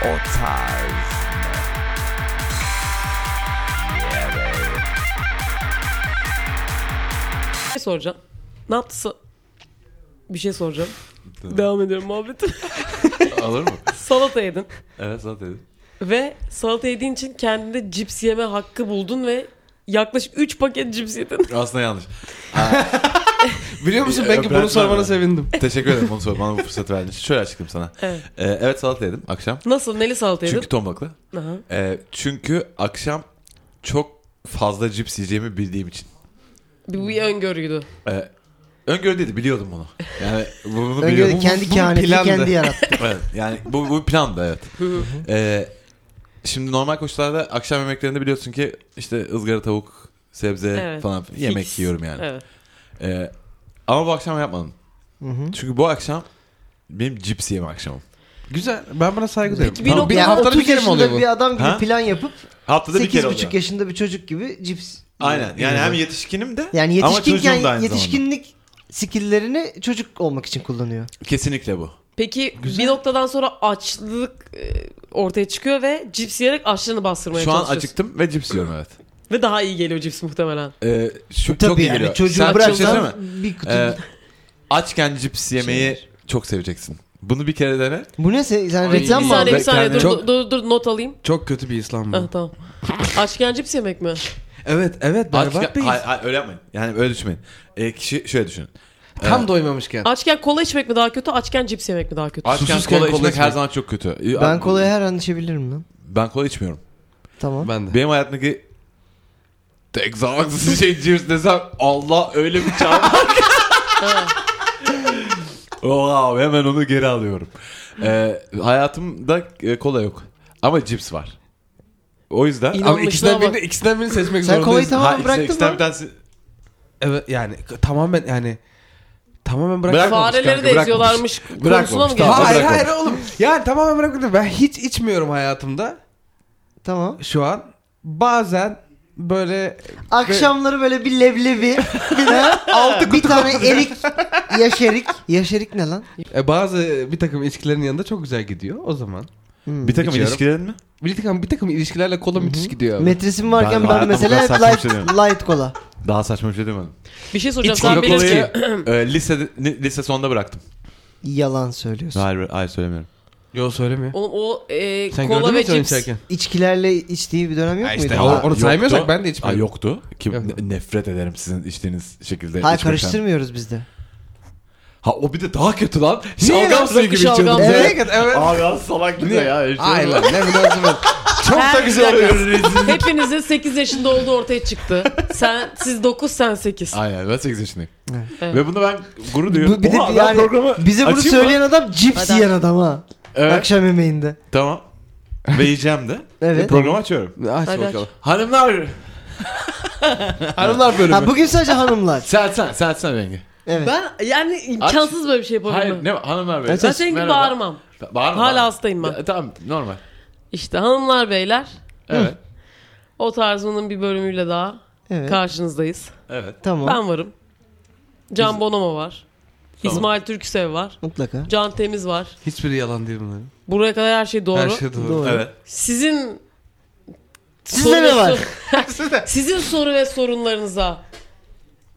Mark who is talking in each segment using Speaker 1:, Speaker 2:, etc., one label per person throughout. Speaker 1: O tarz.
Speaker 2: şey soracağım. Ne yaptısa bir şey soracağım. Devam ediyorum muhabbeti.
Speaker 3: Alır mı?
Speaker 2: salata yedin.
Speaker 3: Evet zaten.
Speaker 2: Ve salata yediğin için kendinde cips yeme hakkı buldun ve yaklaşık 3 paket cips yedin.
Speaker 3: Aslında yanlış.
Speaker 4: Biliyor musun
Speaker 3: Ee,
Speaker 4: peki
Speaker 3: bırakma
Speaker 4: bunu sormana
Speaker 3: ben.
Speaker 4: sevindim.
Speaker 3: Teşekkür ederim bunu sor bana bu fırsatı verdiğin için. Şöyle açıklayayım sana.
Speaker 2: Evet.
Speaker 3: Ee, evet salata yedim akşam.
Speaker 2: Nasıl? Neli salata yedin?
Speaker 3: Çünkü ton balıklı.
Speaker 2: Aha.
Speaker 3: Ee, çünkü akşam çok fazla cips yiyeceğimi bildiğim için.
Speaker 2: Bir, bir öngörüydü.
Speaker 3: Ee, öngörü değildi biliyordum bunu. Yani bu- bunu
Speaker 5: Öngörü
Speaker 3: biliyordum.
Speaker 5: kendi
Speaker 4: bu
Speaker 5: kehaneti
Speaker 4: plandı.
Speaker 5: kendi yarattı.
Speaker 3: evet, yani bu, bu plandı evet. Ee, şimdi normal koşullarda akşam yemeklerinde biliyorsun ki işte ızgara tavuk, sebze
Speaker 2: Evet.
Speaker 3: falan yemek
Speaker 2: Fix.
Speaker 3: yiyorum yani.
Speaker 2: Evet.
Speaker 3: Ee, ama bu akşam yapmadım.
Speaker 5: Hı hı.
Speaker 3: Çünkü bu akşam benim cips yeme akşamım.
Speaker 4: Güzel. Ben buna saygı
Speaker 2: Peki
Speaker 4: duyuyorum.
Speaker 2: bir
Speaker 3: Tamam,
Speaker 2: noktada
Speaker 4: haftada
Speaker 5: Yani
Speaker 4: bir
Speaker 5: 30
Speaker 4: kere mi
Speaker 5: yaşında
Speaker 4: oluyor bu?
Speaker 5: bir adam gibi
Speaker 3: Ha?
Speaker 5: plan yapıp
Speaker 3: Haftada bir kere
Speaker 5: 8,5
Speaker 3: oluyor.
Speaker 5: yaşında bir çocuk gibi cips.
Speaker 3: Aynen. Yani hem
Speaker 5: yiyor.
Speaker 3: yetişkinim de
Speaker 5: yani
Speaker 3: ama çocuğum da
Speaker 5: yetişkinken
Speaker 3: aynı zamanda.
Speaker 5: yetişkinlik skill'lerini çocuk olmak için kullanıyor.
Speaker 3: Kesinlikle bu.
Speaker 2: Peki bir noktadan sonra açlık e, ortaya çıkıyor ve cips yiyerek açlığını bastırmaya
Speaker 3: Şu an
Speaker 2: çalışıyorsun.
Speaker 3: acıktım ve cips yiyorum evet.
Speaker 2: Ve daha iyi geliyor cips muhtemelen.
Speaker 3: Ee, şu, çok
Speaker 5: Tabii
Speaker 3: iyi
Speaker 5: yani
Speaker 3: geliyor.
Speaker 5: çocuğu
Speaker 3: Sen bir şey söyleyeyim mi?
Speaker 5: bıraksan bir kutu.
Speaker 3: Ee, açken cips yemeyi çok seveceksin. Bunu bir kere dene.
Speaker 5: Bu ne sen, sen
Speaker 4: Ay,
Speaker 5: reklam
Speaker 2: Bir
Speaker 5: mı
Speaker 2: saniye
Speaker 5: aldın?
Speaker 2: bir saniye dur,
Speaker 4: kendini-
Speaker 2: dur, dur, dur, not alayım.
Speaker 4: Çok kötü bir İslam
Speaker 2: Ah,
Speaker 4: bu.
Speaker 2: tamam. Açken cips yemek mi?
Speaker 4: Evet evet
Speaker 3: Açken,
Speaker 4: berbat bir
Speaker 3: hayır, hayır, öyle yapmayın. Yani öyle düşünmeyin. Ee, kişi şöyle düşünün.
Speaker 4: Tam doymamışken.
Speaker 2: Açken kola içmek mi daha kötü, açken cips yemek mi daha kötü?
Speaker 3: Açken
Speaker 4: Susuzken
Speaker 3: kola
Speaker 4: kola
Speaker 3: içmek her
Speaker 4: içmek.
Speaker 3: zaman çok kötü. Ee,
Speaker 5: Ben kolayı her an içebilirim lan.
Speaker 3: Ben kola içmiyorum.
Speaker 5: Tamam.
Speaker 4: Ben de.
Speaker 3: Benim hayatımdaki tek sağlıksız şey cips desem Allah öyle bir çarpar. Wow, hemen onu geri alıyorum. Ee, hayatımda e, kola yok. Ama cips var. O yüzden...
Speaker 4: Ama
Speaker 2: İnan- İnanmıştı
Speaker 4: ikisinden
Speaker 2: ama-
Speaker 4: birini, ikisinden birini seçmek
Speaker 5: Sen kolayı
Speaker 4: zorundayız.
Speaker 5: tamam
Speaker 3: Ha, işte
Speaker 5: bıraktın
Speaker 3: ikisinden
Speaker 5: mı?
Speaker 3: bir tanesi-
Speaker 4: Evet yani k- tamamen yani tamamen bırak.
Speaker 3: Bırakmamış
Speaker 2: Fareleri
Speaker 3: kanka,
Speaker 2: de
Speaker 3: bırakmamış.
Speaker 2: eziyorlarmış konusuna
Speaker 3: Bırakmamış,
Speaker 2: mı
Speaker 3: tamam.
Speaker 2: geldi?
Speaker 4: hayır
Speaker 3: bırak
Speaker 4: hayır oğlum. Yani tamamen bırakmadım. Ben hiç içmiyorum hayatımda
Speaker 5: Tamam.
Speaker 4: şu an. Bazen böyle
Speaker 5: Akşamları böyle bir leblebi, bir de altı bir tane erik, yaşerik. Yaşerik ne lan?
Speaker 4: e, bazı bir takım ilişkilerin yanında çok güzel gidiyor o zaman.
Speaker 5: Hmm.
Speaker 3: Bir takım
Speaker 4: İçiyorum.
Speaker 3: ilişkilerin mi?
Speaker 4: Bir takım bir takım ilişkilerle kola müthiş gidiyor. abi.
Speaker 5: Metresim
Speaker 3: Ben
Speaker 5: varken ben,
Speaker 3: hayatımda
Speaker 5: mesela
Speaker 3: bu
Speaker 5: hep
Speaker 3: kadar saçma
Speaker 5: light,
Speaker 3: bir şey demiyorum.
Speaker 5: light kola.
Speaker 3: Daha saçma bir şey demedim.
Speaker 2: Bir şey soracağım.
Speaker 3: İç
Speaker 2: Sen
Speaker 3: Coca-Cola'yı,
Speaker 2: bilirsin.
Speaker 3: e, lise, ni- lise sonunda bıraktım.
Speaker 5: Yalan söylüyorsun.
Speaker 3: Hayır, hayır söylemiyorum.
Speaker 4: Yo söylemiyor.
Speaker 2: Oğlum o e,
Speaker 4: Sen
Speaker 2: kola
Speaker 4: gördün mü
Speaker 2: ve
Speaker 4: sen
Speaker 2: cips.
Speaker 4: içerken?
Speaker 5: İçkilerle içtiği bir dönem yok
Speaker 4: Ha
Speaker 5: muydu?
Speaker 4: işte
Speaker 5: Ha,
Speaker 4: o- onu saymıyorsak ben de
Speaker 3: Ha,
Speaker 4: içmiyorum.
Speaker 3: yoktu. Ki
Speaker 4: Yok.
Speaker 3: ne- nefret ederim sizin içtiğiniz şekilde.
Speaker 5: ha
Speaker 3: içmekten.
Speaker 5: karıştırmıyoruz biz de.
Speaker 3: Ha o bir de daha kötü lan.
Speaker 2: Neyle?
Speaker 3: Şalgam suyu gibi
Speaker 2: Rakı
Speaker 3: içiyordum.
Speaker 2: şalgam.
Speaker 3: Evet.
Speaker 4: Evet. evet.
Speaker 3: Abi az salak bir de ya. Şey
Speaker 4: Hayır
Speaker 3: olur.
Speaker 4: lan ne münasebet.
Speaker 3: Çok da
Speaker 2: Her
Speaker 3: güzel
Speaker 2: dakika.
Speaker 3: oluyor rezil.
Speaker 2: Hepinizin 8 yaşında olduğu ortaya çıktı. Sen siz 9 sen 8.
Speaker 3: Aynen ben 8 yaşındayım.
Speaker 2: Evet.
Speaker 3: Ve bunu ben gurur
Speaker 5: Bu-
Speaker 3: duyuyorum.
Speaker 5: bir de
Speaker 3: Oha, ben
Speaker 5: yani
Speaker 3: programı
Speaker 5: bize bunu
Speaker 3: açayım mı?
Speaker 5: söyleyen adam cips
Speaker 2: Adam.
Speaker 5: yiyen adam ha.
Speaker 3: Evet
Speaker 5: Akşam yemeğinde.
Speaker 3: tamam. Ve yiyeceğim de.
Speaker 5: Evet.
Speaker 3: Programı açıyorum.
Speaker 4: Aç
Speaker 2: Hadi aç.
Speaker 4: bakalım.
Speaker 3: Hanımlar. Hanımlar
Speaker 5: Ha,
Speaker 3: bölümü.
Speaker 5: bugün sadece hanımlar.
Speaker 3: Sen sen sen sen rengi.
Speaker 5: Evet.
Speaker 2: Ben yani imkansız böyle bir şey
Speaker 3: Hayır
Speaker 2: yapabilmem.
Speaker 3: ne hanımlar bölümü.
Speaker 2: Ben senin gibi
Speaker 3: Merhaba.
Speaker 2: bağırmam.
Speaker 3: Bağırma.
Speaker 2: Hala
Speaker 3: bağırma.
Speaker 2: hastayım ben.
Speaker 3: Ya, Tamam normal.
Speaker 2: İşte hanımlar beyler
Speaker 3: Evet.
Speaker 2: o tarzının bir bölümüyle daha
Speaker 5: Evet.
Speaker 2: karşınızdayız.
Speaker 3: Evet.
Speaker 5: Tamam.
Speaker 2: Ben varım. Can Bonomo var. İsmail Türküsev var.
Speaker 5: Mutlaka.
Speaker 2: Can Temiz var.
Speaker 4: Hiçbiri yalan değil bunların.
Speaker 2: Buraya kadar her şey doğru.
Speaker 4: Her şey doğru.
Speaker 5: Doğru.
Speaker 3: Evet.
Speaker 2: Sizin
Speaker 5: Sizde ne var?
Speaker 2: Sizin soru ve sorunlarınıza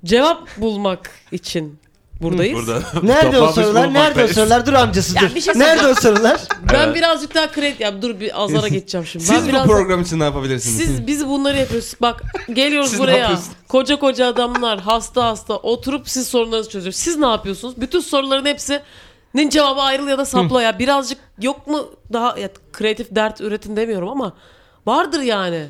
Speaker 2: cevap bulmak için buradayız.
Speaker 3: Burada.
Speaker 5: Nerede o
Speaker 3: Toplanmış
Speaker 5: sorular? Nerede o
Speaker 3: bulunmaktayız.
Speaker 5: sorular? Dur amcası
Speaker 2: Ya
Speaker 5: dur.
Speaker 2: bir şey
Speaker 5: Nerede o sorular?
Speaker 2: Ben
Speaker 3: Evet.
Speaker 2: birazcık daha kredi ya dur bir azara geçeceğim şimdi. ben
Speaker 4: Siz
Speaker 2: biraz
Speaker 4: bu program için ne yapabilirsiniz?
Speaker 2: siz biz bunları yapıyoruz. Bak geliyoruz
Speaker 4: Siz ne
Speaker 2: buraya.
Speaker 4: yapıyorsunuz?
Speaker 2: Koca koca adamlar hasta hasta oturup siz sorunlarınızı çözüyoruz. Siz ne yapıyorsunuz? Bütün soruların hepsinin cevabı ayrıl ya da sapla ya. Birazcık yok mu daha ya, kreatif dert üretin demiyorum ama vardır yani.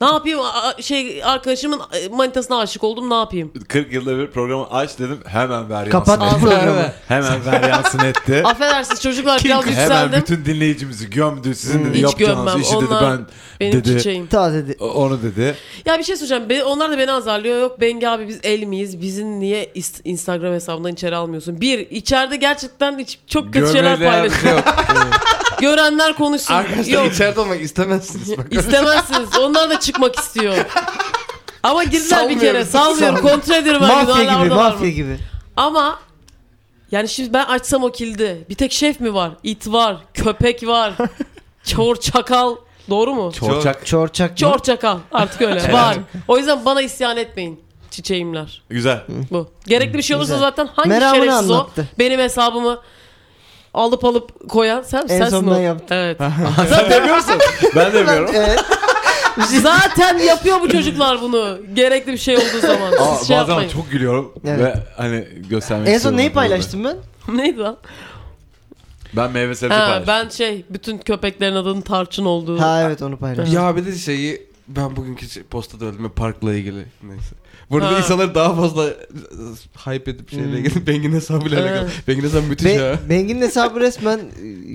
Speaker 2: Ne yapayım? A- şey arkadaşımın e, manitasına aşık oldum. Ne yapayım?
Speaker 3: 40 yılda bir programı aç dedim hemen ver
Speaker 5: Kapat
Speaker 3: yansın etti.
Speaker 5: programı.
Speaker 3: Hemen ver yansın etti.
Speaker 2: Affedersiniz çocuklar
Speaker 3: Kim-
Speaker 2: biraz
Speaker 3: E, hemen
Speaker 2: yükseldim.
Speaker 3: bütün dinleyicimizi gömdü. Sizin dedi
Speaker 2: Hiç
Speaker 3: yapacağınız
Speaker 2: gömmem.
Speaker 3: işi dedi
Speaker 2: Onlar
Speaker 3: ben
Speaker 2: Benim
Speaker 3: dedi.
Speaker 2: çiçeğim.
Speaker 5: Ta dedi.
Speaker 3: o- Onu dedi.
Speaker 2: Ya bir şey söyleyeceğim. Be- onlar da beni azarlıyor. Yok Bengi abi biz el miyiz? Bizim niye is- Instagram hesabından içeri almıyorsun? Bir, içeride gerçekten hiç- çok kötü şeyler
Speaker 4: Görmeyle bir şey
Speaker 2: paylaşıyor.
Speaker 4: yok.
Speaker 2: Görenler konuşsun.
Speaker 4: Arkadaşlar
Speaker 2: Yok.
Speaker 4: içeride olmak istemezsiniz. Bak.
Speaker 2: İstemezsiniz. Onlar da çıkmak istiyor. Ama girdiler bir kere.
Speaker 4: Salmıyoruz.
Speaker 2: Salmıyorum. Kontrol ediyorum. her gün.
Speaker 5: Mafya
Speaker 2: Hala
Speaker 5: gibi,
Speaker 2: oradalar
Speaker 5: mafya
Speaker 2: mı?
Speaker 5: gibi.
Speaker 2: Ama yani şimdi ben açsam o kilidi. Bir tek şef mi var? İt var. Köpek var. Çor çakal. Doğru mu?
Speaker 3: Çorçak.
Speaker 5: Çorçak mı?
Speaker 2: Çor çakal. Artık öyle. Var. O yüzden bana isyan etmeyin. Çiçeğimler.
Speaker 3: Güzel.
Speaker 2: Bu. Gerekli bir şey olursa
Speaker 5: Güzel.
Speaker 2: zaten hangi
Speaker 5: Meramını
Speaker 2: şerefsiz
Speaker 5: anlattı.
Speaker 2: o benim hesabımı alıp alıp koyan sen
Speaker 5: En
Speaker 2: sensin
Speaker 5: son ben
Speaker 2: o.
Speaker 5: yaptım.
Speaker 2: Evet.
Speaker 3: Sen demiyor musun? ben demiyorum.
Speaker 5: Evet.
Speaker 2: Zaten yapıyor bu çocuklar bunu. Gerekli bir şey olduğu zaman.
Speaker 3: Aa,
Speaker 2: Siz şey
Speaker 3: bazen
Speaker 2: yapmayın.
Speaker 3: çok gülüyorum
Speaker 5: Evet.
Speaker 3: ve hani göstermek
Speaker 5: En son
Speaker 3: istiyorum
Speaker 5: neyi
Speaker 3: bunu.
Speaker 5: paylaştım ben?
Speaker 2: Neydi lan?
Speaker 3: Ben meyve sebze
Speaker 2: Ha,
Speaker 3: paylaştım.
Speaker 2: ben şey bütün köpeklerin adının tarçın olduğu.
Speaker 5: Ha evet onu paylaştım.
Speaker 4: Ya bir de şeyi ben bugünkü şey- postada öldüm parkla ilgili. Neyse. Burada
Speaker 2: Ha. Hmm.
Speaker 4: insanlar daha fazla e, hype edip şeyle ilgili Bengin hesabıyla
Speaker 2: Evet.
Speaker 4: alakalı. Bengin hesabı müthiş
Speaker 5: Be-
Speaker 4: ya.
Speaker 5: Bengi'nin hesabı resmen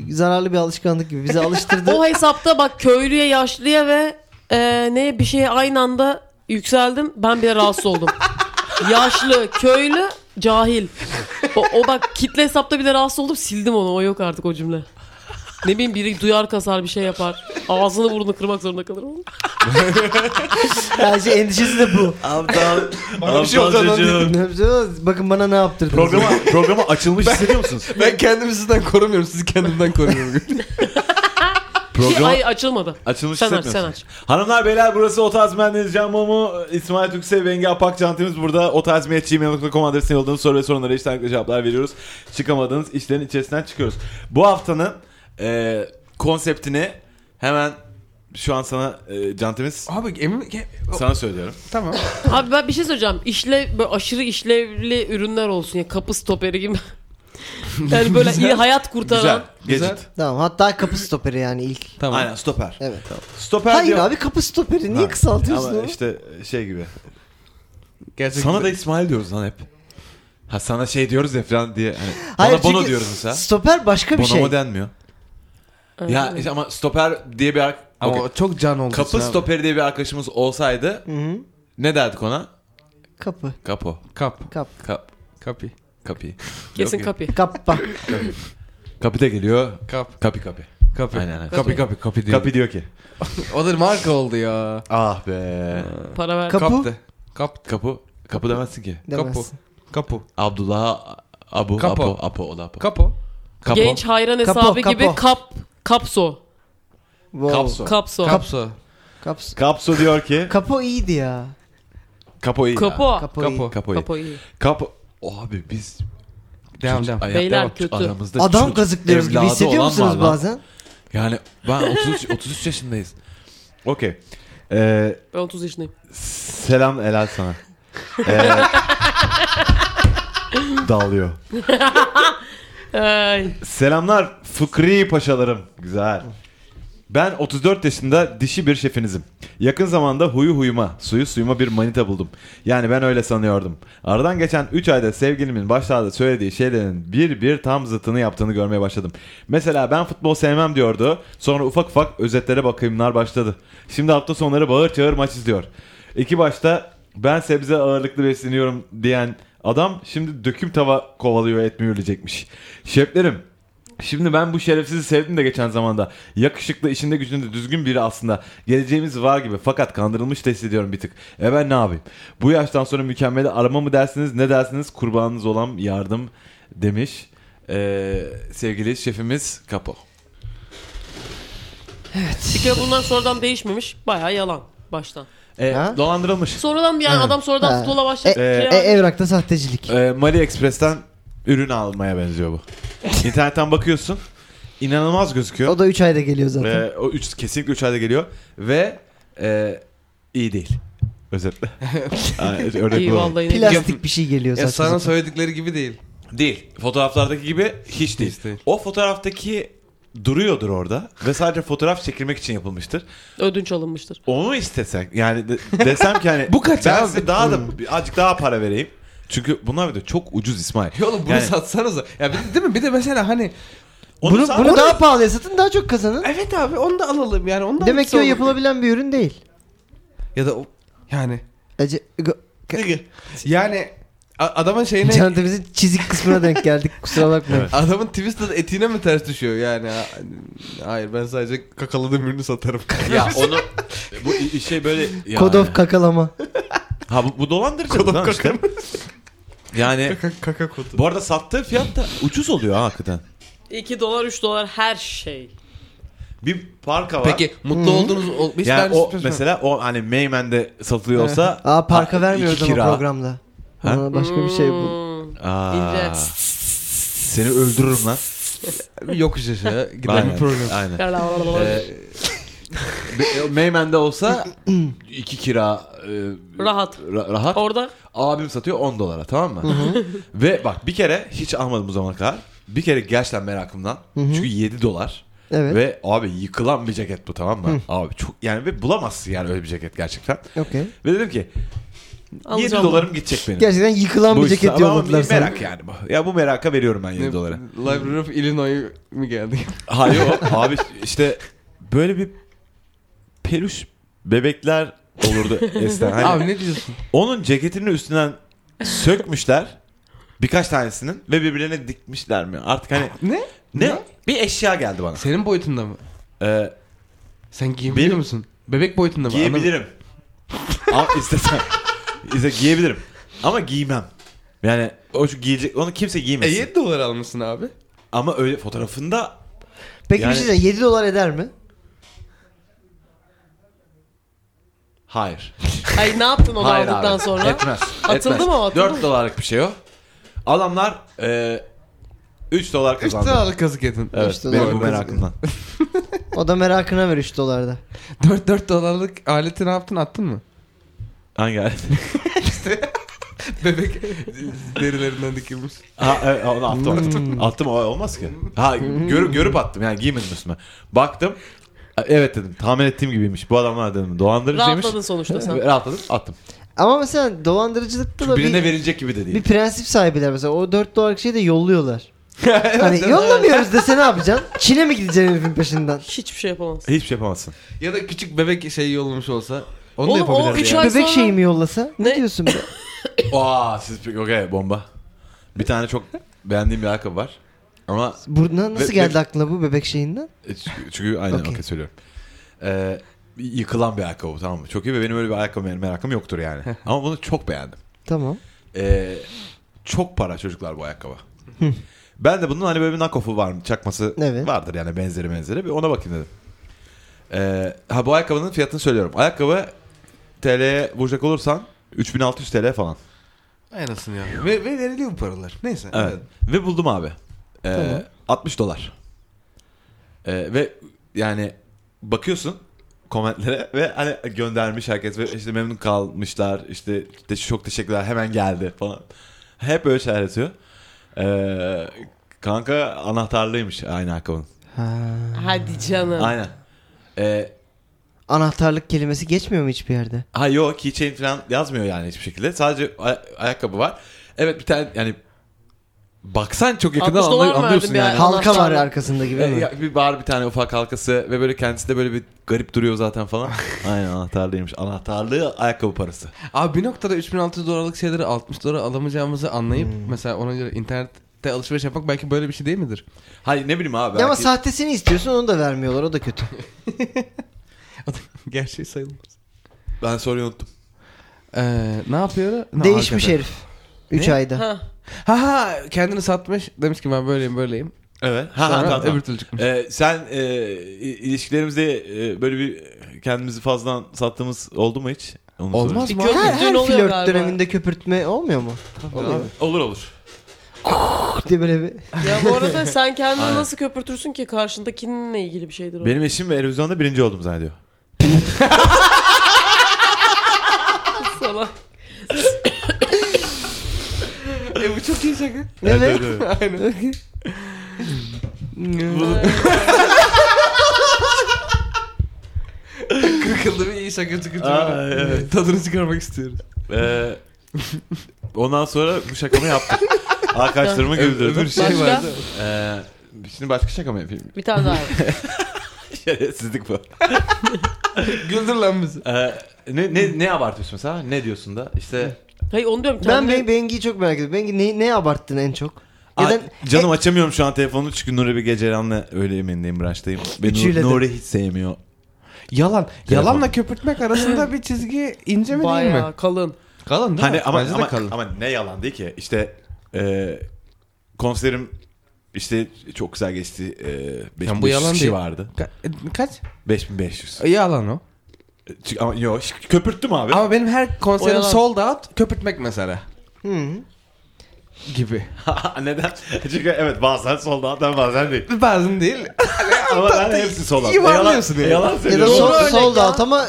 Speaker 5: e, zararlı bir alışkanlık gibi. Bizi alıştırdı.
Speaker 2: O hesapta bak köylüye, yaşlıya ve e, ne bir şeye aynı anda yükseldim. Ben bile rahatsız oldum. Yaşlı, köylü, cahil. O, o bak kitle hesapta bile rahatsız oldum. Sildim onu. O yok artık o cümle. Ne bileyim biri duyar kasar bir şey yapar. Ağzını burnunu kırmak zorunda kalır.
Speaker 5: Her şey endişesi de bu.
Speaker 4: Bana bir şey olacak lan diye.
Speaker 5: Bakın bana ne yaptırdınız.
Speaker 3: Programa, programa açılmış hissediyor musunuz?
Speaker 4: Ben kendimi sizden korumuyorum. Sizi kendimden koruyorum.
Speaker 2: Şey,
Speaker 3: Programa
Speaker 2: ay açılmadı.
Speaker 3: açılmış
Speaker 2: Sen aç, sen
Speaker 3: hissetmiyorsunuz.
Speaker 2: aç.
Speaker 3: Hanımlar beyler burası Otaz Mendeniz Can Mumu, İsmail Tükse, Bengi Apak Cantimiz burada. Otazmiyet.gmail.com adresine yolladığınız soru ve sorunlara içtenlikle cevaplar veriyoruz. Çıkamadığınız işlerin içerisinden çıkıyoruz. Bu haftanın e, konseptini hemen şu an sana e, Cantimiz
Speaker 4: Abi emin Ge- o-
Speaker 3: sana söylüyorum.
Speaker 4: Tamam.
Speaker 2: Abi ben bir şey söyleyeceğim. İşlev, böyle aşırı işlevli ürünler olsun. Ya kapı stoperi gibi. yani böyle iyi hayat kurtaran.
Speaker 3: Güzel.
Speaker 4: Güzel.
Speaker 3: Gadget.
Speaker 5: Tamam hatta kapı stoperi yani ilk.
Speaker 4: Tamam.
Speaker 3: Aynen stoper.
Speaker 5: Evet tamam.
Speaker 3: Stoper
Speaker 5: Hayır
Speaker 3: diyor.
Speaker 5: abi kapı stoperi niye
Speaker 3: Ha,
Speaker 5: kısaltıyorsun
Speaker 3: Ama
Speaker 5: onu?
Speaker 3: işte şey gibi.
Speaker 4: Gerçekten.
Speaker 3: Sana da İsmail diyoruz lan hep. Ha sana şey diyoruz ya falan diye. Hani,
Speaker 5: Hayır,
Speaker 3: bana Bono
Speaker 5: çünkü
Speaker 3: diyoruz mesela.
Speaker 5: Stoper başka bir
Speaker 3: Bonomo
Speaker 5: şey.
Speaker 3: denmiyor.
Speaker 2: Aynen.
Speaker 3: Ya işte ama stoper diye bir ar-
Speaker 4: Ama
Speaker 3: Okey.
Speaker 4: o çok can oldu.
Speaker 3: kapı stoperi diye bir arkadaşımız olsaydı
Speaker 5: Hı-hı.
Speaker 3: ne derdik ona?
Speaker 5: Kapı.
Speaker 3: Kapo.
Speaker 4: Kap.
Speaker 5: Kap.
Speaker 3: Kap.
Speaker 4: Kapi.
Speaker 3: Kapi.
Speaker 2: Kesin
Speaker 3: Yok,
Speaker 2: kapı.
Speaker 5: Kappa.
Speaker 3: Kapi de geliyor.
Speaker 4: Kap.
Speaker 3: Kapi kapi.
Speaker 4: Kapi.
Speaker 3: Aynen, aynen.
Speaker 4: Kapi kapi kapi diyor.
Speaker 3: Kapi diyor ki.
Speaker 4: O da marka oldu ya.
Speaker 3: Ah be.
Speaker 2: Para ver.
Speaker 5: Kapı.
Speaker 4: Kaptı. Kap.
Speaker 3: Kapı. Kapı demezsin ki.
Speaker 4: Kapu.
Speaker 5: Demezsin.
Speaker 4: Kapu.
Speaker 3: Abdullah Abu
Speaker 4: Kapo.
Speaker 3: Apo Apo o da Apo.
Speaker 4: Kapo.
Speaker 3: Kapo.
Speaker 2: Genç hayran hesabı
Speaker 5: Kapo,
Speaker 2: gibi
Speaker 5: kapo.
Speaker 2: kap kapso.
Speaker 5: Wow.
Speaker 3: Kapso.
Speaker 2: Kapso.
Speaker 4: Kapso.
Speaker 5: Kaps.
Speaker 3: Kapso diyor ki.
Speaker 5: Kapo iyiydi ya.
Speaker 3: Kapo iyi.
Speaker 2: Kapo. Kapo.
Speaker 5: Kapo,
Speaker 4: Kapo.
Speaker 5: iyi.
Speaker 3: Kapo iyi.
Speaker 2: iyi.
Speaker 3: Kapo. Abi biz
Speaker 4: Devam
Speaker 3: çocuk-
Speaker 4: devam.
Speaker 3: ayakta
Speaker 2: Beyler
Speaker 3: bak,
Speaker 2: kötü.
Speaker 3: Aramızda
Speaker 5: Adam
Speaker 3: çocuk
Speaker 5: kazıklıyoruz gibi
Speaker 3: evladı
Speaker 5: hissediyor
Speaker 3: olan var
Speaker 5: musunuz
Speaker 3: lan.
Speaker 5: bazen?
Speaker 3: Yani ben 33, 33 yaşındayız. Okey. Ee,
Speaker 2: Ben 30 yaşındayım.
Speaker 3: selam Elal sana. Ee, dağılıyor.
Speaker 2: Ay.
Speaker 3: Selamlar fıkri paşalarım. Güzel. Ben 34 yaşında dişi bir şefinizim. Yakın zamanda huyu huyuma, suyu suyuma bir manita buldum. Yani ben öyle sanıyordum. Aradan geçen 3 ayda sevgilimin başlarda söylediği şeylerin bir bir tam zıtını yaptığını görmeye başladım. Mesela ben futbol sevmem diyordu. Sonra ufak ufak özetlere bakımlar başladı. Şimdi hafta sonları bağır çağır maç izliyor. İki başta ben sebze ağırlıklı besleniyorum diyen adam şimdi döküm tava kovalıyor et mühürleyecekmiş. Şeflerim Şimdi ben bu şerefsizi sevdim de geçen zamanda. Yakışıklı, işinde gücünde düzgün biri aslında. Geleceğimiz var gibi fakat kandırılmış da hissediyorum bir tık. E ben ne yapayım? Bu yaştan sonra mükemmeli arama mı dersiniz ne dersiniz kurbanınız olan yardım demiş. Ee, sevgili şefimiz Kapo.
Speaker 2: Bir kere bundan sonradan değişmemiş. Bayağı yalan baştan.
Speaker 3: Ee,
Speaker 5: Ha?
Speaker 3: dolandırılmış.
Speaker 2: Sonradan yani adam sonradan
Speaker 5: Ha.
Speaker 2: futbola
Speaker 5: E,
Speaker 2: başladı. Şey
Speaker 3: Ee,
Speaker 5: e, evrakta sahtecilik.
Speaker 3: Ee, Mali Express'ten ürün almaya benziyor bu. İnternetten bakıyorsun. inanılmaz gözüküyor.
Speaker 5: O da 3 ayda geliyor zaten.
Speaker 3: Ee, o üç, kesinlikle 3 ayda geliyor. Ve e, iyi değil. Özetle. Ha, Örnek
Speaker 2: İyi
Speaker 3: e, bu.
Speaker 2: vallahi. ne-
Speaker 5: Plastik bir şey geliyor
Speaker 3: E,
Speaker 4: Ya
Speaker 5: saçma
Speaker 4: sana
Speaker 5: sapan.
Speaker 4: söyledikleri gibi değil.
Speaker 3: Değil. Fotoğraflardaki gibi hiç değil.
Speaker 4: Hiç değil.
Speaker 3: O fotoğraftaki duruyordur orada ve sadece fotoğraf çekilmek için yapılmıştır.
Speaker 2: Ödünç alınmıştır.
Speaker 3: Onu istesek yani de- desem ki hani
Speaker 4: Bu kaç
Speaker 3: ben
Speaker 4: abi?
Speaker 3: size daha da bir- azıcık daha para vereyim. Çünkü bunlar bir de çok ucuz İsmail.
Speaker 4: Ya oğlum bunu
Speaker 3: Yani-
Speaker 4: satsanıza. Ya bir de, değil mi? Bir de mesela hani
Speaker 3: Onu
Speaker 5: Bunu,
Speaker 3: sa-
Speaker 5: bunu
Speaker 3: onu-
Speaker 5: daha pahalıya satın daha çok kazanın.
Speaker 4: evet abi onu da alalım yani. Ondan
Speaker 5: Demek ki o
Speaker 4: sonra-
Speaker 5: yapılabilen bir ürün değil.
Speaker 4: Ya da o- yani
Speaker 5: Ece, go-
Speaker 4: yani a- adamın şeyine
Speaker 5: Çantamızın çizik kısmına denk geldik kusura bakmayın.
Speaker 4: adamın twisted etine mi ters düşüyor yani? Ha- Hayır ben sadece kakaladığım ürünü satarım.
Speaker 3: ya onu bu i- şey böyle yani.
Speaker 5: Code of kakalama.
Speaker 3: Ha bu, bu dolandırıcılık
Speaker 4: Kodok
Speaker 3: lan işte.
Speaker 4: kaka.
Speaker 3: Yani
Speaker 4: Kaka, kaka kodu.
Speaker 3: bu arada sattığı fiyat da ucuz oluyor ha hakikaten.
Speaker 2: 2 dolar 3 dolar her şey.
Speaker 3: Bir parka var.
Speaker 4: Peki mutlu olduğunuz ol- hiç
Speaker 3: yani
Speaker 4: ben-
Speaker 3: o mesela o hani Meymen'de satılıyor olsa
Speaker 5: Aa parka
Speaker 3: iki
Speaker 5: vermiyordum o
Speaker 3: kira.
Speaker 5: programda.
Speaker 3: Ha?
Speaker 5: Ona başka bir şey bul.
Speaker 2: Hmm.
Speaker 3: Aa,
Speaker 2: İnce.
Speaker 3: seni öldürürüm lan.
Speaker 4: yokuş aşağı giden
Speaker 3: Aynen,
Speaker 4: bir program.
Speaker 3: Aynen. Ee, Be- Meymen'de olsa iki kira e,
Speaker 2: Rahat.
Speaker 3: ra- rahat.
Speaker 2: Orada
Speaker 3: Abim satıyor 10 dolara tamam mı? Ve bak bir kere hiç almadım bu zamana kadar. Bir kere gerçekten merakımdan. Çünkü 7 dolar.
Speaker 5: Evet.
Speaker 3: Ve abi yıkılan bir ceket bu tamam mı? Abi çok yani ve bulamazsın yani öyle bir ceket gerçekten.
Speaker 2: Hmm.
Speaker 5: Okey.
Speaker 3: Ve dedim ki 7
Speaker 2: alacağım.
Speaker 3: dolarım gidecek benim.
Speaker 5: Gerçekten yıkılan bir
Speaker 3: işte.
Speaker 5: ceket
Speaker 3: Ama
Speaker 5: yolladılar
Speaker 3: bir
Speaker 5: sana.
Speaker 3: merak yani bu. Ya bu meraka veriyorum ben 7 dolara.
Speaker 4: Library of Illinois mi geldi?
Speaker 3: Hayır o- abi işte böyle bir peluş bebekler olurdu eskiden. Hani
Speaker 4: Abi ne diyorsun?
Speaker 3: Onun ceketinin üstünden sökmüşler birkaç tanesinin ve birbirlerine dikmişler mi? Artık hani
Speaker 4: Ne?
Speaker 3: ne? Bir eşya geldi bana.
Speaker 4: Senin boyutunda mı?
Speaker 3: Ee,
Speaker 4: Sen giyebiliyor
Speaker 3: Benim-
Speaker 4: musun? Bebek boyutunda mı?
Speaker 3: giyebilirim. Ama istesem. İşte giyebilirim. Ama giymem. Yani o şu giyecek onu kimse
Speaker 4: E
Speaker 3: giymesin.
Speaker 4: 7 dolar almışsın abi.
Speaker 3: Ama öyle fotoğrafında
Speaker 5: Peki
Speaker 3: Yani-
Speaker 5: bir şey söyleyeceğim. 7 dolar eder mi?
Speaker 3: hayır.
Speaker 2: Ay ne yaptın onu
Speaker 3: hayır
Speaker 2: aldıktan
Speaker 3: abi.
Speaker 2: sonra?
Speaker 3: Etmez.
Speaker 2: Atıldı
Speaker 3: etmez.
Speaker 2: mı o, atıldı
Speaker 3: 4
Speaker 2: mı?
Speaker 3: dolarlık bir şey o. Adamlar e, 3 dolar
Speaker 4: 3
Speaker 3: kazandı.
Speaker 4: dolarlık kazık edin.
Speaker 3: Evet,
Speaker 5: Üç dolar
Speaker 3: benim bu
Speaker 5: kazandı.
Speaker 3: merakımdan.
Speaker 5: O da merakına ver 3 dolarda.
Speaker 4: 4 4 dolarlık aleti ne yaptın attın mı?
Speaker 3: Hangi alet?
Speaker 4: Bebek derilerinden dikilmiş.
Speaker 3: Ha evet onu attım
Speaker 2: Hmm.
Speaker 3: attım. Attım o- olmaz ki. Ha görüp görüp attım yani giymedim üstüme. Baktım evet dedim tahmin ettiğim gibiymiş. Bu adamlar dedim dolandırıcıymış.
Speaker 2: Rahatladın sonuçta sen.
Speaker 3: Evet, Rahatladım attım.
Speaker 5: Ama mesela dolandırıcılıkta da
Speaker 3: Birine
Speaker 5: bir,
Speaker 3: verilecek gibi de
Speaker 5: bir
Speaker 3: değil.
Speaker 5: prensip sahibiler mesela. O 4 dolarlık şeyi de yolluyorlar. hani yollamıyoruz dese ne yapacaksın? Çin'e mi gideceksin herifin peşinden?
Speaker 2: Hiçbir şey yapamazsın.
Speaker 3: Hiçbir şey yapamazsın.
Speaker 4: Ya da küçük bebek şey yollamış olsa onu
Speaker 2: Oğlum,
Speaker 4: da
Speaker 2: o
Speaker 4: yapabilirdi
Speaker 2: üç
Speaker 4: yani.
Speaker 2: ay-
Speaker 5: Bebek
Speaker 2: sonra-
Speaker 5: şeyi mi yollasa? Ne,
Speaker 2: Ne?
Speaker 5: diyorsun be?
Speaker 3: Aa siz pek okey bomba. Bir tane çok beğendiğim bir ayakkabı var. Ama
Speaker 5: Buradan
Speaker 3: Be-
Speaker 5: nasıl geldi
Speaker 3: be-
Speaker 5: aklına bu bebek şeyinden?
Speaker 3: e, çünkü- çünkü aynen
Speaker 5: Okey.
Speaker 3: okey söylüyorum. Ee, yıkılan bir ayakkabı tamam mı? Çok iyi ve benim öyle bir ayakkabı merakım yoktur yani. Ama bunu çok beğendim.
Speaker 5: Tamam.
Speaker 3: Ee, çok para çocuklar bu ayakkabı. ben de bunun hani böyle bir knockoff'u var mı? Çakması
Speaker 5: Evet.
Speaker 3: vardır yani benzeri benzeri. Bir ona bakayım dedim. Ee, ha bu ayakkabının fiyatını söylüyorum. Ayakkabı TL'ye vuracak olursan 3600 TL falan.
Speaker 4: Aynasın ya. Ve, ve veriliyor bu paralar. Neyse.
Speaker 3: Evet. Ve buldum abi. Ee,
Speaker 5: Tamam.
Speaker 3: 60 dolar. Ee, ve yani bakıyorsun komentlere ve hani göndermiş herkes ve işte memnun kalmışlar işte te- çok teşekkürler hemen geldi falan. Hep öyle şeyler yazıyor. Ee, kanka anahtarlıymış aynı ayakkabının.
Speaker 5: Ha.
Speaker 2: Hadi canım.
Speaker 3: Aynen. Ee,
Speaker 5: Anahtarlık kelimesi geçmiyor mu hiçbir yerde?
Speaker 3: ha yok keychain falan yazmıyor yani hiçbir şekilde. Sadece ay- ayakkabı var. Evet bir tane yani baksan çok yakından
Speaker 2: 60 dolar
Speaker 3: anlay-
Speaker 2: mı
Speaker 3: anlıyorsun
Speaker 2: verdin bir
Speaker 3: yani.
Speaker 2: ayakkabı?
Speaker 5: Halka var
Speaker 2: anahtarlık.
Speaker 5: arkasında gibi
Speaker 3: Ee,
Speaker 5: mi?
Speaker 3: ya bir var bir tane ufak halkası ve böyle kendisi de böyle bir garip duruyor zaten falan. Aynen anahtarlıymış. Anahtarlığı ayakkabı parası.
Speaker 4: Abi bir noktada 3600 dolarlık şeyleri 60 dolara alamayacağımızı anlayıp mesela ona göre internette alışveriş yapmak belki böyle bir şey değil midir?
Speaker 3: Hayır ne bileyim abi.
Speaker 5: Ya ama
Speaker 3: belki-
Speaker 5: sahtesini istiyorsun onu da vermiyorlar o da kötü.
Speaker 4: Gerçeği sayılmaz.
Speaker 3: Ben soruyu unuttum.
Speaker 4: Ee, ne yapıyor? Ne
Speaker 5: Değişmiş
Speaker 4: hakikaten.
Speaker 5: herif. 3 ayda.
Speaker 2: Ha.
Speaker 4: Ha ha kendini satmış. Demiş ki ben böyleyim böyleyim.
Speaker 3: Evet. Ha,
Speaker 4: Sonra
Speaker 3: ha, tamam, tamam.
Speaker 4: öbür türlü çıkmış.
Speaker 3: Ee, sen e, i- ilişkilerimizde e, böyle bir kendimizi fazla sattığımız oldu mu hiç? Onu
Speaker 4: Olmaz
Speaker 3: sorayım.
Speaker 2: Bir
Speaker 4: Her-
Speaker 5: Her,
Speaker 2: köprü
Speaker 5: her
Speaker 2: düğün
Speaker 5: flört
Speaker 2: oluyor galiba.
Speaker 5: döneminde köpürtme olmuyor mu?
Speaker 4: Abi.
Speaker 3: Olur olur.
Speaker 5: Kurt diye böyle bir...
Speaker 2: Ya bu arada sen kendini
Speaker 3: Aynen.
Speaker 2: nasıl köpürtürsün ki karşındakininle ilgili bir şeydir o.
Speaker 3: Benim eşim ve Erozyon'da birinci oldum zannediyor.
Speaker 2: Sana.
Speaker 4: E, bu çok iyi şaka.
Speaker 5: Evet.
Speaker 4: Aynen. Kırkıldı bir iyi şaka
Speaker 3: Aa,
Speaker 4: çıkınca.
Speaker 3: evet.
Speaker 4: Tadını çıkarmak istiyoruz.
Speaker 3: Ee, ondan sonra bu şakamı yaptım. Arkadaşlarımı güldürdüm.
Speaker 4: Öbür şey
Speaker 2: Başka?
Speaker 4: vardı.
Speaker 3: Ee, şimdi başka şaka mı yapayım?
Speaker 2: Bir tane daha.
Speaker 3: Şerefsizlik bu.
Speaker 4: Güldür lan bizi.
Speaker 3: Ee, ne, ne, ne abartıyorsun mesela? Ne diyorsun da? İşte
Speaker 2: Hayır onu diyorum.
Speaker 5: Ben
Speaker 2: Kendini...
Speaker 5: Bengi- Bengi'yi çok merak ediyorum. Bengi ne, ne abarttın en çok? Ya
Speaker 3: Ay,
Speaker 5: da-
Speaker 3: canım açamıyorum şu an telefonu çünkü Nuri bir Geceran'la öyle emindeyim branştayım. Beni
Speaker 5: Üçüyle
Speaker 3: Nur-
Speaker 5: de.
Speaker 3: Nuri hiç sevmiyor.
Speaker 4: Yalan.
Speaker 3: Telefon.
Speaker 4: Yalanla köpürtmek arasında bir çizgi ince mi değil mi?
Speaker 2: Bayağı kalın.
Speaker 4: Kalın değil
Speaker 3: Hani
Speaker 4: mi?
Speaker 3: ama,
Speaker 4: Bence de
Speaker 3: ama,
Speaker 4: kalın.
Speaker 3: ama ne yalan değil ki işte e, konserim İşte çok güzel geçti. Ee, 5500
Speaker 4: bu yalan
Speaker 3: kişi
Speaker 4: değil.
Speaker 3: vardı.
Speaker 4: Ka- e, kaç?
Speaker 3: 5500.
Speaker 4: E, Yalan o.
Speaker 3: Çık- Ama yok ş- köpürttüm abi.
Speaker 4: Ama benim her
Speaker 2: O
Speaker 4: konserim
Speaker 2: yalan.
Speaker 4: sold out köpürtmek mesela. Gibi.
Speaker 3: Neden? Çünkü evet bazen solda hatta bazen değil.
Speaker 4: Bazen değil.
Speaker 3: Ama ben hepsi solda.
Speaker 4: yuvarlıyorsun
Speaker 3: yalan,
Speaker 4: yani.
Speaker 3: yalan
Speaker 5: e, Ya da
Speaker 3: söylüyorum.
Speaker 5: sol,
Speaker 2: Doğru örnek
Speaker 5: sold
Speaker 2: ya.
Speaker 5: out ama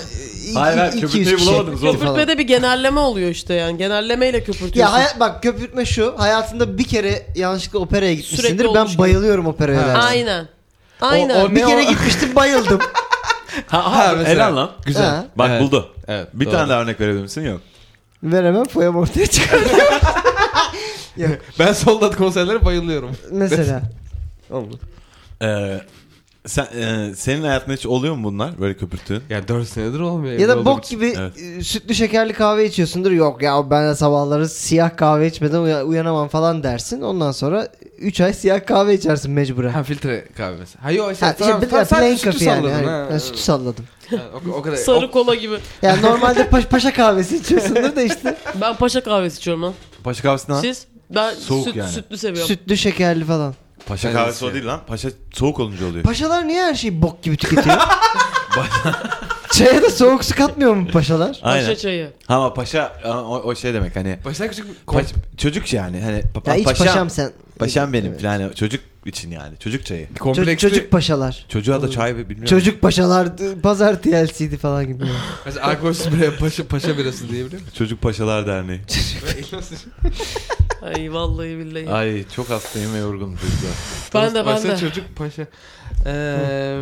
Speaker 3: Hayır, hayır,
Speaker 5: 200
Speaker 3: köpürtmeyi
Speaker 5: kişi.
Speaker 3: bulamadınız oğlum.
Speaker 5: falan.
Speaker 2: Köpürtme de bir genelleme oluyor işte yani. Genellemeyle köpürtüyorsun.
Speaker 5: Ya hayat bak köpürtme şu. Hayatında bir kere yanlışlıkla operaya gitmişsindir.
Speaker 2: Sürekli
Speaker 5: ben
Speaker 2: olmuş gibi.
Speaker 5: bayılıyorum operaya.
Speaker 4: Ha.
Speaker 5: dersen.
Speaker 2: Aynen. Aynen.
Speaker 4: O- o
Speaker 5: Bir
Speaker 4: Ne
Speaker 5: kere gitmiştim bayıldım.
Speaker 3: Ha,
Speaker 4: Ha,
Speaker 3: ha,
Speaker 4: mesela.
Speaker 3: Helal lan.
Speaker 5: Güzel. Ha.
Speaker 3: Bak
Speaker 4: Evet.
Speaker 3: buldu.
Speaker 4: Evet,
Speaker 3: Bir
Speaker 4: doğru.
Speaker 3: tane daha örnek verebilir misin? Yok.
Speaker 5: Veremem foyam ortaya çıkar.
Speaker 4: Ben sold out konserlere bayılıyorum.
Speaker 5: Mesela.
Speaker 4: Olmadı.
Speaker 3: Ee, sen, e, senin hayatında hiç oluyor mu bunlar böyle köpürttüğün?
Speaker 4: Ya 4 senedir olmuyor.
Speaker 5: ya
Speaker 4: evli
Speaker 5: da
Speaker 4: olduğum
Speaker 5: bok
Speaker 4: için.
Speaker 5: gibi
Speaker 3: Evet.
Speaker 5: e, sütlü şekerli kahve içiyorsundur. Yok ya ben de sabahları siyah kahve içmeden uya- uyanamam falan dersin. Ondan sonra 3 ay siyah kahve içersin mecburen.
Speaker 4: Ha filtre kahvesi. Ha yok işte
Speaker 5: Ha,
Speaker 4: tamam,
Speaker 5: şey,
Speaker 4: tamam,
Speaker 5: bir- plain
Speaker 4: sadece sütü
Speaker 5: coffee yani.
Speaker 4: salladın.
Speaker 5: Yani,
Speaker 4: ha.
Speaker 5: ben sütü salladım.
Speaker 4: Ha, o, o kadar.
Speaker 2: Sarı kola gibi.
Speaker 5: Yani normalde pa- paşa kahvesi içiyorsundur da işte
Speaker 2: Ben paşa kahvesi içiyorum lan.
Speaker 3: Paşa kahvesi ne lan?
Speaker 2: Siz? Ben
Speaker 3: Soğuk
Speaker 2: süt,
Speaker 3: yani.
Speaker 2: sütlü seviyorum.
Speaker 5: sütlü şekerli falan.
Speaker 3: Paşa
Speaker 4: Evet,
Speaker 3: kahvesi o
Speaker 4: yani.
Speaker 3: değil lan. Paşa soğuk olunca oluyor.
Speaker 5: Paşalar niye her şeyi bok gibi tüketiyor? Çaya da soğuk su katmıyor mu paşalar?
Speaker 2: Paşa
Speaker 3: Aynen.
Speaker 2: çayı.
Speaker 3: Ha ama paşa a, o, o şey demek hani.
Speaker 4: O- Başta küçük bir
Speaker 3: Paş- çocuk yani hani pa-
Speaker 5: Ya
Speaker 3: pa-
Speaker 5: iç
Speaker 3: paşam,
Speaker 5: paşam sen.
Speaker 3: paşam benim
Speaker 5: Evet.
Speaker 3: falan yani çocuk için yani çocuk çayı.
Speaker 5: Ço-
Speaker 4: kompleksli.
Speaker 5: çocuk paşalar.
Speaker 3: Çocuğa da çay ve bilmiyorum.
Speaker 5: Çocuk paşalar d- pazar TLC'di falan gibi.
Speaker 4: Mesela alkolsüz bire paşa, paşa birası diyebilir miyim?
Speaker 3: Çocuk Paşalar Derneği.
Speaker 2: Ay vallahi billahi.
Speaker 3: Ay çok hastayım ve yorgunum çocuklar.
Speaker 2: ben de ben
Speaker 4: Paşa
Speaker 2: de.
Speaker 4: çocuk paşa. Eee...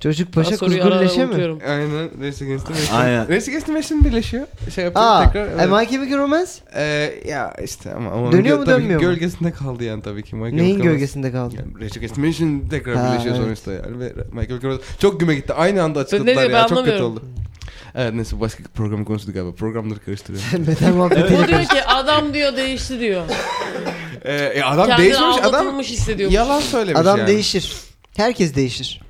Speaker 5: Çocuk
Speaker 2: Ben
Speaker 5: paşa
Speaker 2: soruyu ara ara
Speaker 5: kuzgurleşe mi?
Speaker 2: unutuyorum.
Speaker 4: aynen. Neyse geçtim. geçtim.
Speaker 3: Aynen.
Speaker 4: Neyse geçtim geçtim birleşiyor. Şey yapıyor
Speaker 5: Aa,
Speaker 4: tekrar.
Speaker 5: e, My Chemical Romance?
Speaker 4: Eee, Ee, ya işte ama. ama
Speaker 5: Dönüyor
Speaker 4: gö-
Speaker 5: mu,
Speaker 4: tabii
Speaker 5: dönmüyor mu?
Speaker 4: Gölgesinde kaldı yani tabii ki. Michael
Speaker 5: Neyin
Speaker 4: Collins.
Speaker 5: gölgesinde kaldı?
Speaker 4: Yani Rachel Gates Mansion tekrar
Speaker 5: Ha,
Speaker 4: birleşiyor
Speaker 5: evet.
Speaker 4: sonuçta yani. Ve Michael Corleone çok güme gitti. Aynı anda
Speaker 2: Ne
Speaker 4: açıkladılar ya.
Speaker 2: diyor, ben
Speaker 4: Çok kötü
Speaker 2: anlamıyorum.
Speaker 4: oldu. Evet neyse başka programı konuştuk galiba. Programları karıştırıyorum.
Speaker 5: Metal muhabbeti.
Speaker 2: O diyor ki adam diyor değişti diyor.
Speaker 4: ee, e, adam
Speaker 2: Kendini
Speaker 4: değişmemiş adam
Speaker 2: aldatılmış hissediyormuş.
Speaker 4: yalan söylemiş
Speaker 5: Adam
Speaker 4: şey yani.
Speaker 5: değişir. Herkes değişir.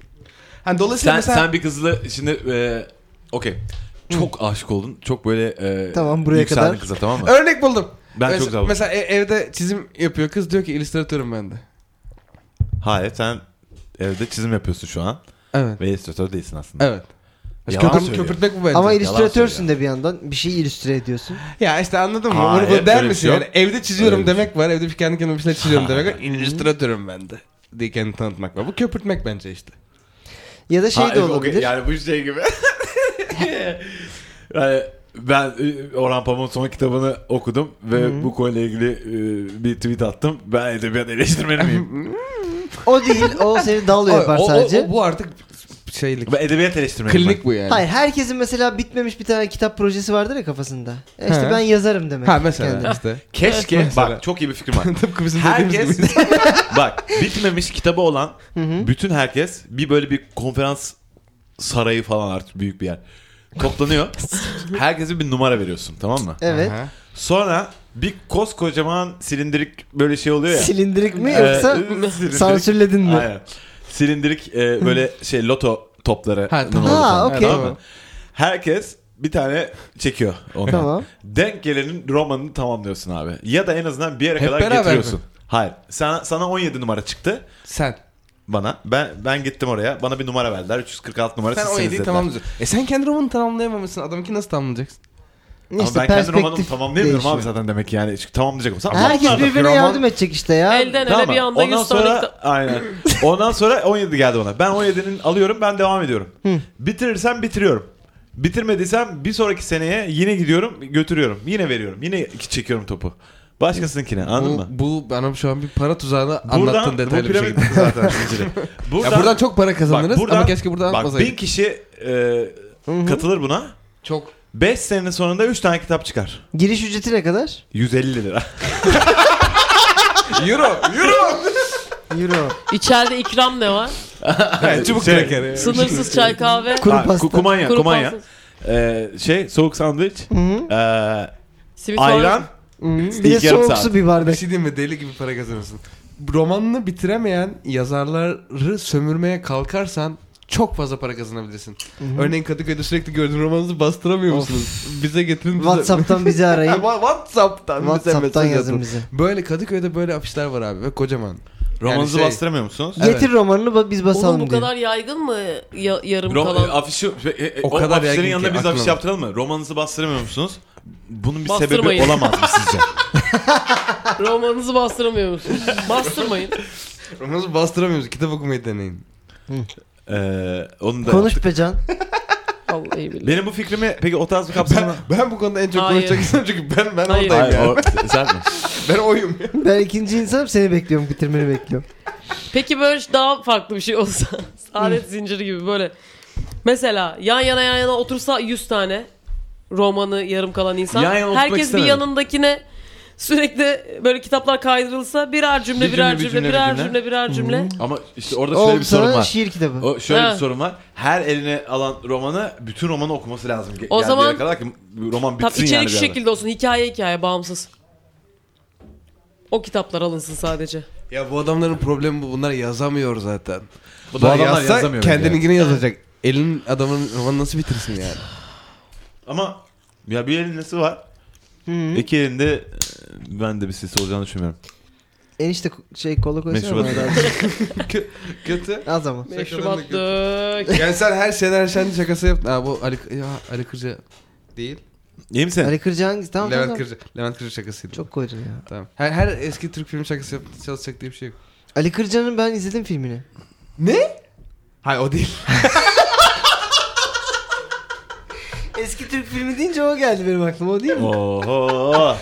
Speaker 4: Hani dolayısıyla
Speaker 3: Sen,
Speaker 4: mesela
Speaker 3: sen bir kızla şimdi e, okey. Çok aşık oldun. Çok böyle e,
Speaker 5: Tamam, buraya
Speaker 3: yükseldin
Speaker 5: kadar.
Speaker 3: kıza tamam mı?
Speaker 4: örnek buldum.
Speaker 3: Ben
Speaker 4: mesela,
Speaker 3: çok güzel buldum.
Speaker 4: Mesela e- evde çizim yapıyor. Kız diyor ki illüstratörüm ben de.
Speaker 3: Hayır sen evde çizim yapıyorsun şu an.
Speaker 4: Evet.
Speaker 3: Ve illüstratör değilsin aslında.
Speaker 4: Evet.
Speaker 3: Yalan
Speaker 4: Köpür-
Speaker 3: söylüyor.
Speaker 4: köpürtmek bu bence.
Speaker 5: Ama
Speaker 3: yalan
Speaker 5: illüstratörsün
Speaker 3: söylüyor.
Speaker 5: de bir yandan. Bir şey illüstre ediyorsun.
Speaker 4: ya işte anladın mı?
Speaker 3: Hayır,
Speaker 4: Bunu bu der
Speaker 3: öyle bir
Speaker 4: misin
Speaker 3: şey yok.
Speaker 4: yani? Evde çiziyorum
Speaker 3: Öyle bir
Speaker 4: demek var. Evde bir kendi kendime bir şeyler çiziyorum demek var. İllüstratörüm ben de diye kendini tanıtmak var. Bu köpürtmek bence işte.
Speaker 5: Ya da şey
Speaker 3: Ha,
Speaker 5: de
Speaker 3: evet, okey.
Speaker 5: olabilir.
Speaker 3: Yani bu şey gibi. yani ben e, Orhan Pamuk'un son kitabını okudum ve bu konuyla ilgili e, bir tweet attım. Ben edebiyat eleştirmeni miyim?
Speaker 5: O değil. O seni dal
Speaker 4: O-
Speaker 5: yapar
Speaker 4: o- o-
Speaker 5: sadece.
Speaker 4: o- bu artık şeylik.
Speaker 3: ben edebiyat eleştirmeni
Speaker 4: Klinik bu yani.
Speaker 5: Hayır herkesin mesela bitmemiş bir tane kitap projesi vardır ya kafasında. E işte
Speaker 4: He.
Speaker 5: ben yazarım demek.
Speaker 4: Ha mesela
Speaker 5: kendine.
Speaker 4: işte.
Speaker 3: Keşke.
Speaker 4: Mesela.
Speaker 3: Bak çok iyi bir fikrim var.
Speaker 4: Tıpkı bizim dediğimiz
Speaker 3: herkes
Speaker 4: gibi.
Speaker 3: bak bitmemiş kitabı olan
Speaker 5: hı.
Speaker 3: bütün herkes bir böyle bir konferans sarayı falan artık büyük bir yer. Toplanıyor. Herkese bir numara veriyorsun tamam mı?
Speaker 5: Evet.
Speaker 4: Aha.
Speaker 3: Sonra bir koskocaman silindirik böyle şey oluyor ya.
Speaker 5: Silindirik mi
Speaker 3: Ee,
Speaker 5: yoksa
Speaker 3: silindirik.
Speaker 5: sansürledin mi?
Speaker 3: Aynen. Silindirik e, böyle şey loto topları.
Speaker 4: Ha, tamam.
Speaker 3: numaralı falan.
Speaker 5: Ha, okey.
Speaker 3: Tamam mı? Herkes bir tane çekiyor ondan.
Speaker 5: Tamam.
Speaker 3: Denk gelenin romanını tamamlıyorsun abi. Ya da en azından bir yere
Speaker 4: Hep
Speaker 3: kadar
Speaker 4: beraber
Speaker 3: getiriyorsun.
Speaker 4: mi?
Speaker 3: Hayır. Sana sana 17 numara çıktı
Speaker 4: Sen.
Speaker 3: bana. Ben ben gittim oraya. Bana bir numara verdiler. 346 numara
Speaker 4: Sen o
Speaker 3: sizsiniz
Speaker 4: yediği
Speaker 3: dediler.
Speaker 4: tamamlıyorsun. E sen kendi romanını tamamlayamamışsın. Adamınki nasıl tamamlayacaksın?
Speaker 3: Ama
Speaker 5: İşte
Speaker 3: ben kendi romanımı
Speaker 5: perspektif
Speaker 3: tamamlayamıyorum
Speaker 5: değişiyor.
Speaker 3: abi zaten demek ki yani. Çünkü tamamlayacak olsam.
Speaker 5: Herkes
Speaker 3: Tamamlardım.
Speaker 5: birbirine
Speaker 4: roman-
Speaker 5: yardım edecek işte ya.
Speaker 2: Elden ele bir anda
Speaker 3: Ondan
Speaker 2: 100 tane
Speaker 3: sonra
Speaker 2: kitap.
Speaker 3: aynen. Ondan sonra 17 geldi bana. Ben 17'nin alıyorum ben devam ediyorum. Bitirirsem bitiriyorum. Bitirmediysem bir sonraki seneye yine gidiyorum götürüyorum. Yine veriyorum. Yine çekiyorum topu. Başkasınınkine anladın
Speaker 4: Bu,
Speaker 3: mı?
Speaker 4: bu bana şu an bir para tuzağını
Speaker 3: Buradan
Speaker 4: anlattın
Speaker 3: bu
Speaker 4: detaylı bir
Speaker 3: piramit
Speaker 4: şekilde.
Speaker 3: zaten zinciri.
Speaker 4: ya buradan çok para kazanırız ama keşke buradan
Speaker 3: bak,
Speaker 4: atmasaydık.
Speaker 3: bin kişi e, katılır buna.
Speaker 4: Çok.
Speaker 3: 5 senenin sonunda 3 tane kitap çıkar.
Speaker 5: Giriş ücreti ne kadar?
Speaker 3: 150 lira.
Speaker 4: Euro. Euro.
Speaker 5: Euro.
Speaker 2: İçeride ikram ne var?
Speaker 4: Çubuk
Speaker 3: Şey,
Speaker 4: kraker. ya.
Speaker 2: Sınırsız çay kahve.
Speaker 5: Kuru
Speaker 3: Ha,
Speaker 5: pasta.
Speaker 3: ku- kumanya,
Speaker 2: Kuru
Speaker 3: kumanya.
Speaker 2: pasta.
Speaker 3: Ee, şey soğuk sandviç.
Speaker 5: Hı.
Speaker 3: Ee,
Speaker 2: Simit var.
Speaker 3: ayran.
Speaker 5: Bir de
Speaker 3: İlk yarım
Speaker 5: soğuk
Speaker 3: saat.
Speaker 5: su bir
Speaker 4: Bir
Speaker 5: bardak.
Speaker 4: şey diyeyim mi? Deli gibi para kazanırsın. Romanını bitiremeyen yazarları sömürmeye kalkarsan çok fazla para kazanabilirsin. Örneğin Kadıköy'de sürekli gördüğün romanınızı bastıramıyor musunuz? Bize getirin. bize-
Speaker 5: Whatsapp'tan bizi
Speaker 4: Ha,
Speaker 5: arayın.
Speaker 4: wa- Whatsapp'tan, bize
Speaker 5: Whatsapp'tan
Speaker 4: mesaj
Speaker 5: yazın
Speaker 4: atın.
Speaker 5: bize.
Speaker 4: Böyle Kadıköy'de böyle afişler var abi ve kocaman.
Speaker 3: Romanınızı
Speaker 4: şey-
Speaker 3: bastıramıyor musunuz?
Speaker 4: Evet.
Speaker 5: Getir romanını ba- biz basalım
Speaker 2: Oğlum bu
Speaker 5: diye.
Speaker 2: kadar yaygın mı ya- yarım
Speaker 3: Rom,
Speaker 2: kalan?
Speaker 3: e, afişi, e, e,
Speaker 4: O
Speaker 3: o,
Speaker 4: kadar yaygın
Speaker 3: afişlerin
Speaker 4: ki
Speaker 3: yanında biz
Speaker 4: aklıma
Speaker 3: afiş
Speaker 4: bak.
Speaker 3: yaptıralım mı? Romanınızı bastıramıyor musunuz? Bunun bir sebebi
Speaker 2: Bastırmayın.
Speaker 3: olamaz mı sizce?
Speaker 2: Romanınızı bastıramıyor musunuz? Bastırmayın.
Speaker 4: Romanınızı bastıramıyoruz. Kitap okumayı deneyin.
Speaker 3: Ee, onu da
Speaker 5: Konuş be Can.
Speaker 2: Vallahi billahi.
Speaker 3: Benim bu fikrimi peki o tarz bir kapsamına...
Speaker 4: Ben bu konuda en çok
Speaker 2: Hayır.
Speaker 4: konuşacak insanım çünkü ben ben
Speaker 2: Hayır.
Speaker 4: oradayım
Speaker 3: Hayır,
Speaker 4: yani.
Speaker 3: o, sen mi?
Speaker 4: Ben oyum. ya.
Speaker 5: Ben ikinci insanım seni bekliyorum bitirmeni bekliyorum.
Speaker 2: Peki böyle daha farklı bir şey olsa. Saadet zinciri gibi böyle. Mesela yan yana yan yana otursa 100 tane romanı yarım kalan insan.
Speaker 3: Yan yana oturmak
Speaker 2: Herkes bir
Speaker 3: istemedim.
Speaker 2: yanındakine sürekli böyle kitaplar kaydırılsa birer cümle
Speaker 3: Bir
Speaker 2: birer
Speaker 3: cümle, bir
Speaker 2: cümle,
Speaker 3: cümle, bir
Speaker 2: birer
Speaker 3: cümle.
Speaker 2: cümle birer cümle.
Speaker 3: Ama işte orada şöyle
Speaker 5: Oğlum
Speaker 3: bir sorun
Speaker 5: sana
Speaker 3: var.
Speaker 5: şiir kitabı.
Speaker 3: O şöyle
Speaker 2: Ha.
Speaker 3: bir sorun var. Her eline alan romanı bütün romanı okuması lazım. Ge-
Speaker 2: O
Speaker 3: geldiği
Speaker 2: zaman-
Speaker 3: kadar ki roman
Speaker 2: Tam
Speaker 3: bitsin
Speaker 2: içerik
Speaker 3: yani. bir
Speaker 2: şu
Speaker 3: anda.
Speaker 2: şekilde olsun. Hikaye hikaye bağımsız. O kitaplar alınsın sadece.
Speaker 4: Ya bu adamların problemi bu. Bunlar yazamıyor zaten.
Speaker 3: Bu
Speaker 4: Bu
Speaker 3: da
Speaker 4: adam
Speaker 3: yazsa
Speaker 4: yazsa
Speaker 3: yazamıyor yani.
Speaker 4: kendininkini yazacak. Elin adamın romanı nasıl bitirsin yani?
Speaker 3: Ama ya bir elin nesi var? İki elinde e, ben de bir sesi olacağını düşünmüyorum.
Speaker 5: Enişte ko- şey kola koysana
Speaker 3: Meşrubat.
Speaker 5: bana da.
Speaker 4: Kötü.
Speaker 5: Az ama.
Speaker 2: Meşrubatlık.
Speaker 4: Yani sen her şeyden her şeyden şakası yaptın. Ha bu Ali, ya, Ali Kırca değil.
Speaker 3: İyi misin?
Speaker 5: Ali Kırcı hangisi? Tamam
Speaker 4: Levent
Speaker 5: tamam.
Speaker 4: Kırca. Levent Kırca şakasıydı.
Speaker 5: Çok koydun ya.
Speaker 4: Tamam. Her, her eski Türk film şakası yap çalışacak diye bir şey yok.
Speaker 5: Ali Kırca'nın ben izledim filmini.
Speaker 4: Ne? Hayır o değil.
Speaker 5: Eski Türk filmi deyince o geldi benim aklıma o değil mi?
Speaker 3: Oho.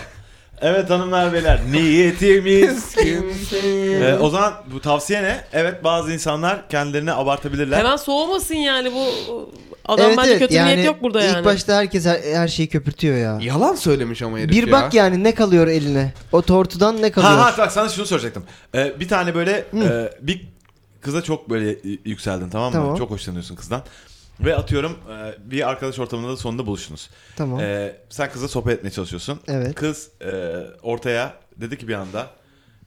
Speaker 3: Evet hanımlar beyler niyetimiz. Ee, o zaman bu tavsiye ne? Evet bazı insanlar kendilerini abartabilirler.
Speaker 2: Hemen soğumasın yani bu adam bence kötü niyet yok burada
Speaker 5: ilk
Speaker 2: yani.
Speaker 5: başta herkes her, her şeyi köpürtüyor ya.
Speaker 4: Yalan söylemiş ama herif
Speaker 5: Bir bak yani ne kalıyor eline? O tortudan ne kalıyor?
Speaker 3: Ha ha bak sana şunu soracaktım. Ee, bir tane böyle e, bir kıza çok böyle y- yükseldin tamam mı?
Speaker 5: Tamam.
Speaker 3: Çok hoşlanıyorsun kızdan. Ve atıyorum e, bir arkadaş ortamında da sonunda buluştunuz.
Speaker 5: Tamam.
Speaker 3: Ee, sen kızla sohbet etmeye çalışıyorsun.
Speaker 5: Evet.
Speaker 3: Kız e, ortaya dedi ki bir anda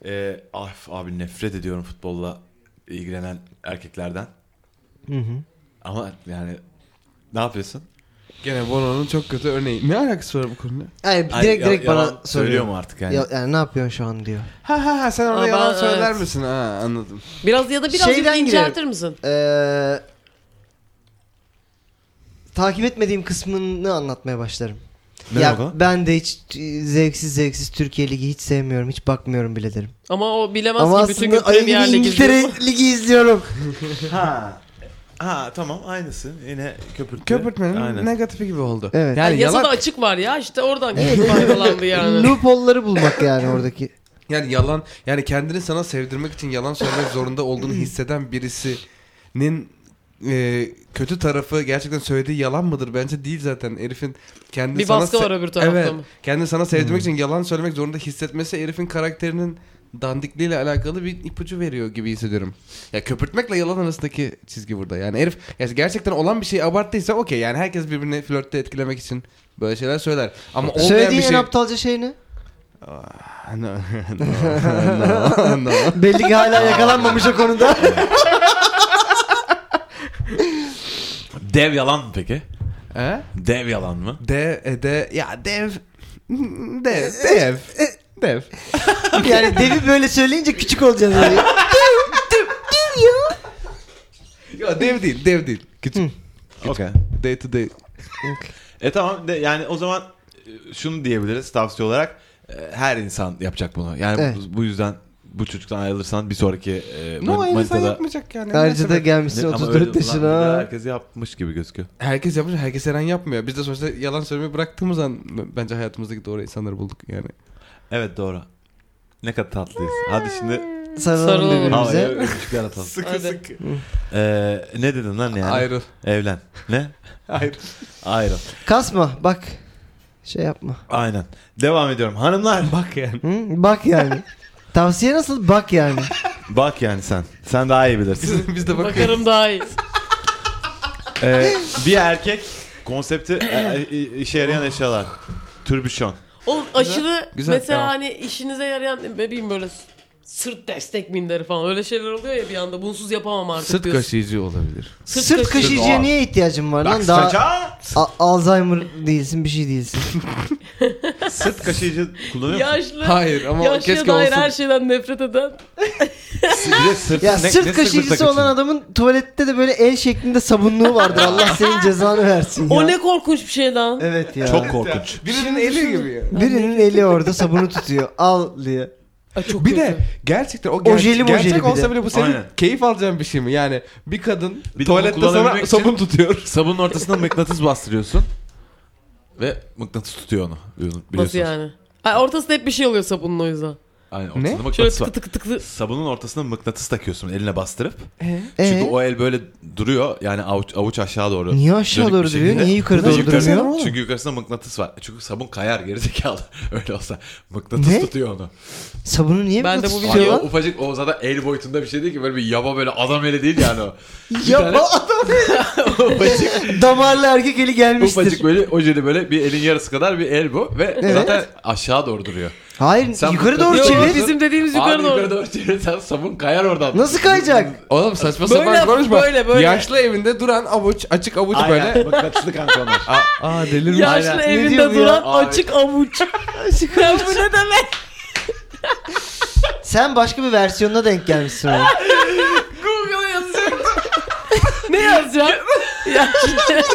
Speaker 3: e, ah abi nefret ediyorum futbolla ilgilenen erkeklerden.
Speaker 5: Hı hı.
Speaker 3: Ama yani ne yapıyorsun?
Speaker 4: Gene Bono'nun çok kötü örneği. Ne alakası var bu konuyla?
Speaker 5: Hayır direkt
Speaker 3: Ay, ya-
Speaker 5: direkt
Speaker 3: yalan
Speaker 5: bana soruyor.
Speaker 3: söylüyor mu artık yani?
Speaker 5: Ya, yani ne yapıyorsun şu an diyor.
Speaker 4: Ha ha ha sen orada
Speaker 2: Ha, ben-
Speaker 4: yalan söyler
Speaker 2: evet.
Speaker 4: misin? Ha anladım.
Speaker 2: Biraz ya da
Speaker 5: Şeyden
Speaker 2: birazcık
Speaker 5: girelim.
Speaker 2: inceltir misin?
Speaker 5: Ee, takip etmediğim kısmını anlatmaya başlarım.
Speaker 3: Ne
Speaker 5: ya
Speaker 3: demek o?
Speaker 5: ben de hiç e, zevksiz zevksiz Türkiye Ligi hiç sevmiyorum. Hiç bakmıyorum bile derim.
Speaker 2: Ama o bilemez
Speaker 5: Ama
Speaker 2: ki bütün
Speaker 5: aslında
Speaker 2: gün
Speaker 5: ayı
Speaker 2: Premier Lig
Speaker 5: gibi
Speaker 2: izliyor.
Speaker 5: İngiltere Ligi izliyorum.
Speaker 3: Ha. Ha tamam aynısı yine köpürtme.
Speaker 4: Köpürtmenin
Speaker 3: Aynen.
Speaker 4: negatifi gibi oldu.
Speaker 5: Evet.
Speaker 4: Yani,
Speaker 2: Yani
Speaker 4: yalan,
Speaker 2: yasada açık var ya işte oradan kim faydalandı yani.
Speaker 5: Loophole'ları bulmak yani oradaki.
Speaker 4: yani yalan yani kendini sana sevdirmek için yalan söylemek zorunda olduğunu hisseden birisinin e, kötü tarafı gerçekten söylediği yalan mıdır? Bence değil zaten. Herifin kendini
Speaker 2: Bir
Speaker 4: sana
Speaker 2: baskı
Speaker 4: se-
Speaker 2: var öbür tarafta
Speaker 4: Evet.
Speaker 2: mı?
Speaker 4: Kendini sana sevdirmek
Speaker 5: Hmm.
Speaker 4: için yalan söylemek zorunda hissetmesi herifin karakterinin dandikliğiyle alakalı bir ipucu veriyor gibi hissediyorum. Ya köpürtmekle yalan arasındaki çizgi burada. Yani herif ya gerçekten olan bir şeyi abarttıysa okey yani herkes birbirini flörtte etkilemek için böyle şeyler söyler. Ama olmayan
Speaker 5: Söylediğin
Speaker 4: bir şey...
Speaker 5: en aptalca şey ne?
Speaker 4: Ah, no, no, no, no.
Speaker 5: Belli ki hala yakalanmamış o konuda.
Speaker 3: Dev yalan mı peki?
Speaker 4: He?
Speaker 3: Dev yalan mı?
Speaker 4: De, e, de, ya dev, dev, dev, dev.
Speaker 5: yani devi böyle söyleyince küçük olacaksın. Yani.
Speaker 4: Ya dev değil, dev değil. Küçük.
Speaker 3: Okey.
Speaker 4: Day to day.
Speaker 3: E tamam de, yani o zaman e, şunu diyebiliriz tavsiye olarak e, her insan yapacak bunu. Yani bu-
Speaker 5: Evet.
Speaker 3: bu, yüzden bu çocuktan ayrılırsan bir sonraki e,
Speaker 4: No,
Speaker 3: man-
Speaker 4: hayır insan
Speaker 3: manitada-
Speaker 4: yapmayacak yani.
Speaker 5: Ayrıca da
Speaker 4: Neyse,
Speaker 5: gelmişsin
Speaker 3: Ne- ama
Speaker 5: 34
Speaker 3: öyle- ulan bir de
Speaker 5: yaşına.
Speaker 3: Herkes yapmış gibi gözüküyor.
Speaker 4: Herkes yapmış, herkes her an yapmıyor. Biz de sonuçta yalan söylemeyi bıraktığımız an bence hayatımızdaki doğru insanları bulduk yani.
Speaker 3: Evet doğru. Ne kadar tatlıyız. Hadi şimdi
Speaker 5: Sarılalım
Speaker 2: Sarılalım.
Speaker 3: havaya
Speaker 5: birbirimize.
Speaker 3: öpücükler atalım.
Speaker 4: Sıkı
Speaker 2: Hadi.
Speaker 4: sıkı.
Speaker 3: Ee, ne dedin lan yani?
Speaker 4: Ayrıl.
Speaker 3: Evlen. Ne?
Speaker 4: Ayrıl.
Speaker 3: Ayrıl.
Speaker 5: Kasma bak. Şey yapma.
Speaker 3: Aynen. Devam ediyorum. Hanımlar
Speaker 4: Bak yani.
Speaker 5: Hı? Bak yani. Tavsiye nasıl? Bak yani.
Speaker 3: bak yani sen. Sen daha iyi bilirsin.
Speaker 4: Biz, biz de bakıyoruz.
Speaker 2: Bakarım daha iyi.
Speaker 3: Ee, bir erkek konsepti e, e, işe yarayan eşyalar. Türbüşon.
Speaker 2: Oğlum aşırı
Speaker 4: Güzel,
Speaker 2: mesela
Speaker 4: devam.
Speaker 2: hani işinize yarayan ne bileyim böyle s- sırt destek minderi falan öyle şeyler oluyor ya bir anda bunsuz yapamam artık
Speaker 4: Sırt
Speaker 2: diyorsun.
Speaker 4: kaşıyıcı olabilir.
Speaker 2: Sırt
Speaker 5: Sırt
Speaker 2: kaşı-
Speaker 5: kaşıyıcıya niye ihtiyacın var
Speaker 3: Bak
Speaker 5: lan? Daha
Speaker 3: saça.
Speaker 5: A- Alzheimer değilsin bir şey değilsin.
Speaker 3: Sırt kaşıyıcı kullanıyor musun?
Speaker 2: Yaşlı.
Speaker 4: Hayır ama
Speaker 2: Yaşlıya
Speaker 4: keşke
Speaker 2: dair
Speaker 4: olsun.
Speaker 2: her şeyden nefret eden
Speaker 3: Bir de sırt,
Speaker 5: Ya
Speaker 3: ne- ne
Speaker 5: sırt
Speaker 3: takıntı?
Speaker 5: kaşıyıcısı olan adamın tuvalette de böyle el şeklinde sabunluğu vardır. Allah senin cezanı versin ya.
Speaker 2: O ne korkunç bir şey lan.
Speaker 5: Evet ya.
Speaker 3: Çok korkunç.
Speaker 4: Birinin eli gibi ya.
Speaker 5: Birinin eli orada sabunu tutuyor. Al diye.
Speaker 2: Ay, çok
Speaker 4: Bir
Speaker 2: kötü.
Speaker 4: de gerçekten o ger-
Speaker 5: Ojeli mojeli bir
Speaker 4: gerçek
Speaker 5: de.
Speaker 4: olsa bile bu senin
Speaker 3: Aynen.
Speaker 4: keyif alacağın bir şey mi? Yani bir kadın
Speaker 3: Bir de onu
Speaker 4: tuvalette sana
Speaker 3: kullanabilmek için-
Speaker 4: sabun tutuyor.
Speaker 3: Sabunun ortasına mıknatıs bastırıyorsun. Ve mıknatıs tutuyor onu. Biliyorsunuz.
Speaker 2: Nasıl yani? Ay, ortasında hep bir şey oluyor sabunun o yüzden.
Speaker 3: Aynen ortasında
Speaker 4: Ne?
Speaker 2: Şöyle
Speaker 3: mıknatıs var.
Speaker 2: tıkı tıkı tıkı.
Speaker 3: Sabunun ortasına mıknatıs takıyorsun eline bastırıp. Çünkü
Speaker 5: Ee,
Speaker 3: o el böyle duruyor. Yani avuç, avuç aşağı doğru.
Speaker 5: Niye aşağı
Speaker 3: dönük
Speaker 5: doğru
Speaker 3: bir
Speaker 5: duruyor?
Speaker 3: şekilde.
Speaker 5: Niye yukarı
Speaker 3: Çünkü
Speaker 5: doğru
Speaker 3: yukarısı-
Speaker 5: durmuyor?
Speaker 3: Çünkü yukarısında mıknatıs var. Çünkü sabun kayar gerizekalı. Öyle olsa mıknatıs
Speaker 5: Ne?
Speaker 3: tutuyor onu.
Speaker 5: Sabunu niye
Speaker 2: Ben
Speaker 5: böyle
Speaker 2: de bu
Speaker 5: tutuyor
Speaker 3: Ay, o
Speaker 5: lan?
Speaker 3: ufacık o zaten el boyutunda bir şey değil ki. Böyle bir yaba böyle adam eli değil yani o.
Speaker 5: Ya bu adam
Speaker 3: ufacık
Speaker 5: damarlı erkek eli gelmiştir.
Speaker 3: Ufacık böyle ojeli böyle bir elin yarısı kadar bir el bu ve
Speaker 5: Evet.
Speaker 3: zaten aşağı doğru duruyor.
Speaker 5: Hayır
Speaker 3: Sen
Speaker 5: yukarı
Speaker 3: burada-
Speaker 5: doğru
Speaker 2: Yok,
Speaker 3: çevir.
Speaker 5: çevir.
Speaker 2: bizim dediğimiz
Speaker 3: Yukarı
Speaker 2: yukarı
Speaker 3: Abi doğru. yukarı
Speaker 2: doğru.
Speaker 3: doğru çevirsen sabun kayar oradan.
Speaker 5: Nasıl kayacak?
Speaker 4: Oğlum saçma
Speaker 2: Böyle
Speaker 4: sapan
Speaker 2: yap-
Speaker 4: konuşma.
Speaker 2: böyle, böyle.
Speaker 4: Yaşlı evinde duran avuç, açık avuç
Speaker 3: Aynen.
Speaker 4: böyle.
Speaker 3: Mıknatıslı kanka onlar.
Speaker 4: Aa delirmiş.
Speaker 2: Yaşlı
Speaker 3: Aynen.
Speaker 5: Ne
Speaker 2: evinde
Speaker 5: diyor bu ya?
Speaker 2: duran
Speaker 3: Abi.
Speaker 2: açık avuç. ya bu ne demek?
Speaker 5: Sen başka bir versiyonuna denk gelmişsin ona.
Speaker 2: Google'a yazacağım. ne yazacağım? Yaşlı.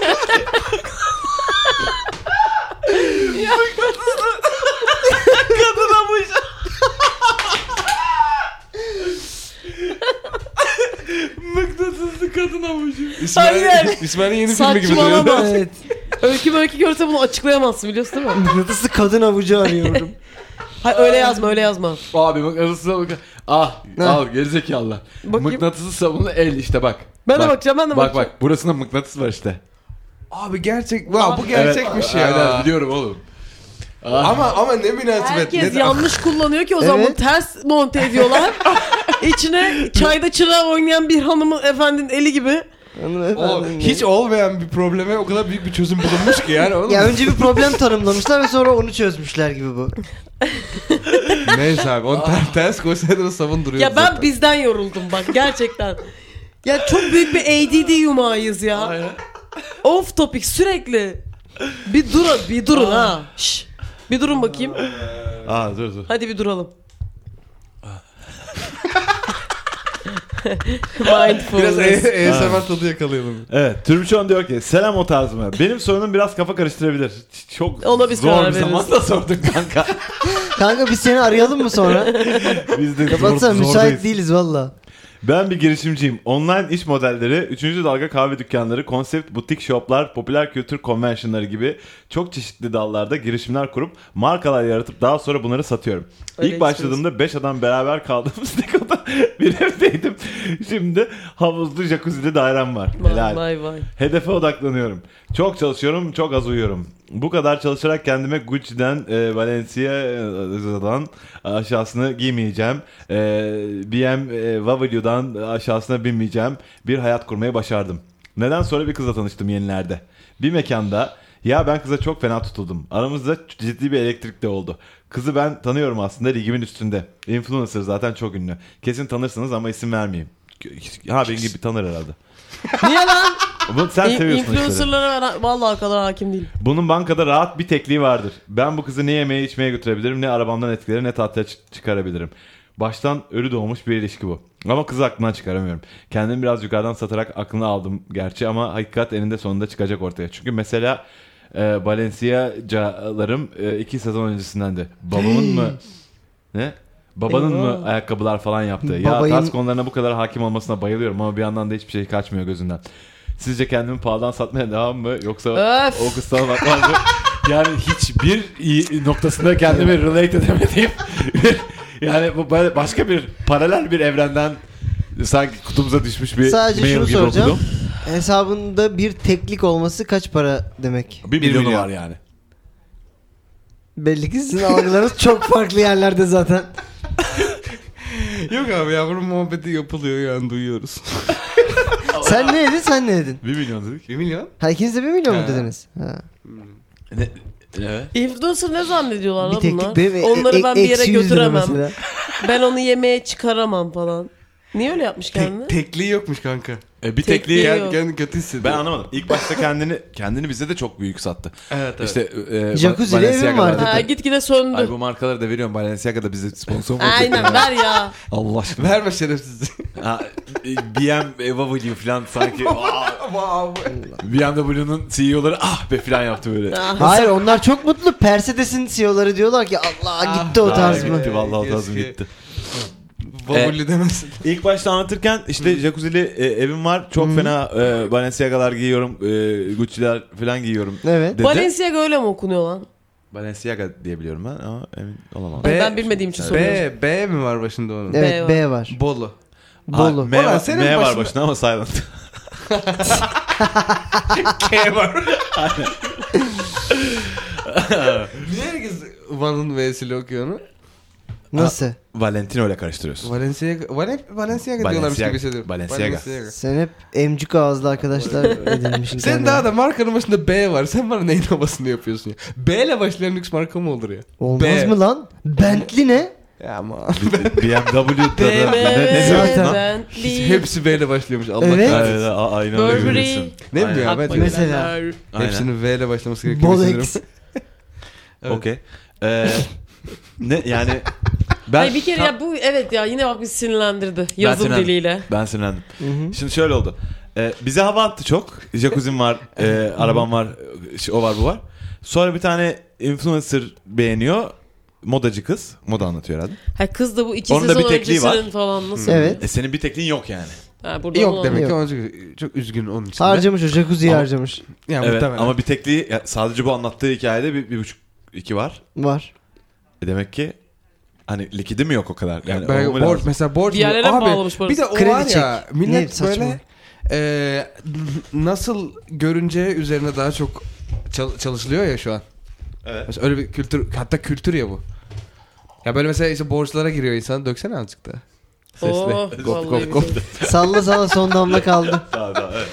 Speaker 2: Kadın avuç.
Speaker 4: Mıknatıslı kadın avucu.
Speaker 2: Aynen.
Speaker 4: İsmail, İsmail'in yeni filmi gibi
Speaker 2: Saçmalama.
Speaker 4: duruyor.
Speaker 5: evet.
Speaker 2: Öykü öykü görse bunu açıklayamazsın biliyorsun değil mi?
Speaker 5: Mıknatısı kadın avucu arıyorum.
Speaker 2: Hayır öyle yazma öyle yazma.
Speaker 3: Abi mıknatıslı bak. Ah
Speaker 5: Ha.
Speaker 3: al gerizekalılar.
Speaker 2: Bakayım.
Speaker 3: Mıknatıslı sabunlu el işte bak.
Speaker 2: Ben de
Speaker 3: Bak,
Speaker 2: bakacağım ben de
Speaker 3: Bak
Speaker 2: bakacağım.
Speaker 3: bak burasında mıknatıs var işte.
Speaker 4: Abi gerçek. Vay, bu
Speaker 3: Evet.
Speaker 4: gerçekmiş
Speaker 3: Aynen
Speaker 4: ya.
Speaker 3: biliyorum oğlum. Ah.
Speaker 4: Ama ama ne münasebet.
Speaker 2: Herkes
Speaker 4: ne-
Speaker 2: yanlış kullanıyor ki o zaman
Speaker 5: Evet.
Speaker 2: bunu ters monte ediyorlar. İçine çayda çırağı oynayan bir hanımın efendinin eli gibi.
Speaker 4: O, hiç olmayan bir probleme o kadar büyük bir çözüm bulunmuş ki yani oğlum.
Speaker 5: ya önce bir problem tanımlamışlar ve sonra onu çözmüşler gibi bu.
Speaker 4: Neyse abi onu ter, ters koysaydınız sabun duruyor.
Speaker 2: Ya ben bizden yoruldum bak gerçekten. ya çok büyük bir ADD yumağıyız ya. Off topic sürekli. Bir durun bir durun ha. Şş. Bir durun bakayım.
Speaker 3: Aa dur dur.
Speaker 2: Hadi bir duralım. Mindful.
Speaker 4: Biraz
Speaker 3: e-
Speaker 4: A- ASMR tadı yakalayalım.
Speaker 3: Evet Türbüşon diyor ki selam o tarz mı? Benim sorunum biraz kafa karıştırabilir. Çok
Speaker 2: Ona biz
Speaker 3: zor
Speaker 2: karar
Speaker 3: bir
Speaker 2: veririz.
Speaker 3: zamanda sorduk kanka.
Speaker 5: Kanka biz seni arayalım mı sonra?
Speaker 3: biz de
Speaker 5: Baksana
Speaker 3: zor,
Speaker 5: müsait
Speaker 3: zordayız.
Speaker 5: değiliz valla.
Speaker 3: Ben bir girişimciyim. Online iş modelleri, 3. dalga kahve dükkanları, konsept butik shoplar, popüler kültür konvensiyonları gibi çok çeşitli dallarda girişimler kurup markalar yaratıp daha sonra bunları satıyorum.
Speaker 2: Öyle
Speaker 3: İlk başladığımda 5 adam beraber kaldığımız Teko'da bir evdeydim. Şimdi havuzlu jacuzzi'li dairem var.
Speaker 2: Vay
Speaker 3: Helal.
Speaker 2: vay vay.
Speaker 3: Hedefe odaklanıyorum. Çok çalışıyorum, çok az uyuyorum. Bu kadar çalışarak kendime Gucci'den, e, Valencia'dan aşağısını giymeyeceğim. E, BM e, W'dan aşağısına binmeyeceğim. Bir hayat kurmayı başardım. Neden sonra bir kızla tanıştım yenilerde. Bir mekanda ya ben kıza çok fena tutuldum. Aramızda ciddi bir elektrik de oldu. Kızı ben tanıyorum aslında ligimin üstünde. Influencer zaten çok ünlü. Kesin tanırsınız ama isim vermeyeyim. Ha benim gibi tanır herhalde.
Speaker 2: Niye lan?
Speaker 3: Bunu sen
Speaker 2: İn-
Speaker 3: seviyorsun işte.
Speaker 2: Influencerlara ben vallahi o kadar hakim değilim.
Speaker 3: Bunun bankada rahat bir tekliği vardır. Ben bu kızı ne yemeğe içmeye götürebilirim, ne arabamdan etkileri, ne tatile çık- çıkarabilirim. Baştan ölü doğmuş bir ilişki bu. Ama kızı aklımdan çıkaramıyorum. Kendimi biraz yukarıdan satarak aklını aldım gerçi ama hakikat eninde sonunda çıkacak ortaya. Çünkü mesela e, Balenciaga'larım e, iki sezon öncesinden de. Babamın mı? Ne? Babanın mı ayakkabılar falan yaptığı?
Speaker 5: Babayın-
Speaker 3: Ya tarz konularına bu kadar hakim olmasına bayılıyorum ama bir yandan da hiçbir şey kaçmıyor gözünden. Sizce kendimi pahalıdan satmaya devam mı yoksa
Speaker 2: Öf.
Speaker 3: o kısmına bakmaz mı? Yani hiçbir iyi noktasında kendimi relate edemediğim yani bu böyle başka bir paralel bir evrenden sanki kutumuza düşmüş bir
Speaker 5: Sadece
Speaker 3: mail
Speaker 5: şunu
Speaker 3: gibi
Speaker 5: soracağım.
Speaker 3: okudum.
Speaker 5: Hesabında bir teklik olması kaç para demek?
Speaker 3: Bir
Speaker 4: Bir
Speaker 3: milyonu
Speaker 4: milyon.
Speaker 3: var yani.
Speaker 5: Belli ki sizin algılarınız çok farklı yerlerde zaten.
Speaker 4: Yok abi ya bunun muhabbeti yapılıyor yani duyuyoruz.
Speaker 5: Sen ne yedin sen ne yedin?
Speaker 3: Bir milyon dedik.
Speaker 4: Bir milyon?
Speaker 5: Ha ikiniz de bir milyon mu
Speaker 4: Ha.
Speaker 5: dediniz? Ha.
Speaker 3: Evet.
Speaker 2: Influencer ne zannediyorlar
Speaker 5: Bir
Speaker 2: lan
Speaker 5: teklik
Speaker 2: bunlar?
Speaker 5: benim e-
Speaker 2: Onları
Speaker 5: e-
Speaker 2: ben bir yere
Speaker 5: eksi 100 lira
Speaker 2: götüremem.
Speaker 5: mesela.
Speaker 2: Ben onu yemeğe çıkaramam falan. Niye öyle yapmış kendini?
Speaker 4: Tek, tekliği yokmuş kanka.
Speaker 3: E, bir
Speaker 2: Tekliği
Speaker 3: tekliği
Speaker 2: yok.
Speaker 4: Kendini kendini kötü hissediyor.
Speaker 3: ben anlamadım. İlk başta kendini kendini bize de çok büyük sattı.
Speaker 4: Evet evet.
Speaker 3: İşte e,
Speaker 5: Jacuzzi'li
Speaker 3: Ba-
Speaker 5: evim
Speaker 3: Balenciaga'da-
Speaker 5: vardı.
Speaker 2: ha, gitgide söndü.
Speaker 3: Ay bu markaları da veriyorum. Balenciaga da bize sponsor mu olacak
Speaker 2: Aynen
Speaker 3: ya?
Speaker 2: ver ya.
Speaker 3: Allah aşkına.
Speaker 4: Verme şerefsizliği.
Speaker 3: Ha, e, BM Eva William falan sanki. Aa,
Speaker 4: wow.
Speaker 3: BMW'nun CEO'ları ah be falan yaptı böyle.
Speaker 5: Hayır onlar çok mutlu. Mercedes'in CEO'ları diyorlar ki Allah gitti o
Speaker 3: Ay,
Speaker 5: tarz mı?
Speaker 3: gitti vallahi o tarz mı
Speaker 4: Keşke.
Speaker 3: gitti.
Speaker 4: Babulli demesin.
Speaker 3: İlk başta anlatırken işte jacuzzi'li e, evim var. Çok fena e, Balenciaga'lar giyiyorum. E, Gucci'ler falan giyiyorum.
Speaker 5: Evet.
Speaker 3: Dedi.
Speaker 2: Balenciaga öyle mi okunuyor lan?
Speaker 3: Balenciaga diyebiliyorum ben ama emin olamam.
Speaker 4: Be-
Speaker 2: ben bilmediğim için soruyorum.
Speaker 4: B, B mi var başında onun?
Speaker 5: Evet
Speaker 2: B
Speaker 5: B var.
Speaker 4: Bolu.
Speaker 5: Bolu.
Speaker 3: Ha, M,
Speaker 4: Ulan
Speaker 3: var-
Speaker 4: senin
Speaker 3: M var
Speaker 4: başına-
Speaker 3: başında ama silent.
Speaker 4: K var. Niye herkes Van'ın V'siyle okuyor onu?
Speaker 5: Nasıl?
Speaker 3: Valentino ile karıştırıyorsun.
Speaker 4: Valenciaga, Valen, Valenciaga diyorlarmış gibi hissediyorum.
Speaker 3: Balenciaga.
Speaker 5: Sen hep emcik ağızlı arkadaşlar edinmişsin.
Speaker 4: Sen
Speaker 5: kendine.
Speaker 4: daha da markanın başında B var. Sen bana neyin havasını yapıyorsun ya? B ile başlayan lüks marka mı olur ya?
Speaker 5: Olmaz
Speaker 4: B.
Speaker 5: mı lan? Bentley ne?
Speaker 4: Ya ama.
Speaker 3: BMW'da da ne, ne
Speaker 2: BMW,
Speaker 3: diyorsun lan?
Speaker 2: Bentley,
Speaker 4: Hepsi B ile başlıyormuş. Allah
Speaker 5: Evet.
Speaker 4: kahretsin.
Speaker 3: Evet, a- aynı öyle
Speaker 2: Burberry.
Speaker 3: görüyorsun.
Speaker 4: Ne
Speaker 3: Aynen.
Speaker 4: bileyim ya ben
Speaker 5: Mesela-
Speaker 3: Aynen.
Speaker 4: Hepsinin V ile başlaması gerekiyor.
Speaker 5: Bolex.
Speaker 4: Evet.
Speaker 3: Okey. Ee, ne yani ben
Speaker 2: Ay bir kere
Speaker 3: tam-
Speaker 2: ya bu evet ya yine bak bizi sinirlendirdi
Speaker 3: Ben
Speaker 2: yazım
Speaker 3: sinirlendim.
Speaker 2: diliyle.
Speaker 3: ben sinirlendim.
Speaker 4: Hmm.
Speaker 3: Şimdi şöyle oldu. Ee, bize hava attı çok. Jacuzzi'm var, e, arabam var, şu- o var bu var. Sonra bir tane influencer beğeniyor. Modacı kız. Moda anlatıyor herhalde.
Speaker 2: Ha kız da bu iki
Speaker 3: Onun da
Speaker 2: sezon
Speaker 3: bir tekliği
Speaker 2: öncesinin
Speaker 3: var.
Speaker 2: falan nasıl?
Speaker 5: Evet.
Speaker 3: E, senin bir tekliğin yok yani.
Speaker 2: Ha, burada
Speaker 4: Yok
Speaker 2: olan-
Speaker 4: demek
Speaker 5: Yok.
Speaker 4: ki onun için- çok üzgün onun için. de.
Speaker 5: Harcamış o jacuzziyi
Speaker 3: Ama-
Speaker 5: harcamış.
Speaker 4: Yani
Speaker 3: evet
Speaker 4: muhtemelen.
Speaker 3: ama bir tekliği ya sadece bu anlattığı hikayede bir, bir buçuk iki var.
Speaker 5: Var.
Speaker 3: E demek ki hani likidi mi yok o kadar? Yani
Speaker 4: Ben-
Speaker 3: o mu
Speaker 4: borç
Speaker 3: lazım?
Speaker 4: mesela borç
Speaker 2: Bir yerlere
Speaker 4: Abi,
Speaker 2: bağlamış parası.
Speaker 4: Bir de o
Speaker 5: Kredi
Speaker 4: var ya
Speaker 5: çek. Ne
Speaker 4: millet
Speaker 5: saçma.
Speaker 4: böyle e, nasıl görünce üzerine daha çok çal- çalışılıyor ya şu an.
Speaker 3: Evet.
Speaker 4: Mesela öyle bir kültür hatta kültür ya bu. Ya böyle mesela işte borçlara giriyor insan döksene azıcık da. Sesle.
Speaker 2: Oh,
Speaker 4: Gop,
Speaker 2: vallahi
Speaker 4: gop, gop.
Speaker 2: billahi.
Speaker 5: Salla salla son damla kaldı.
Speaker 3: Daha, daha, evet.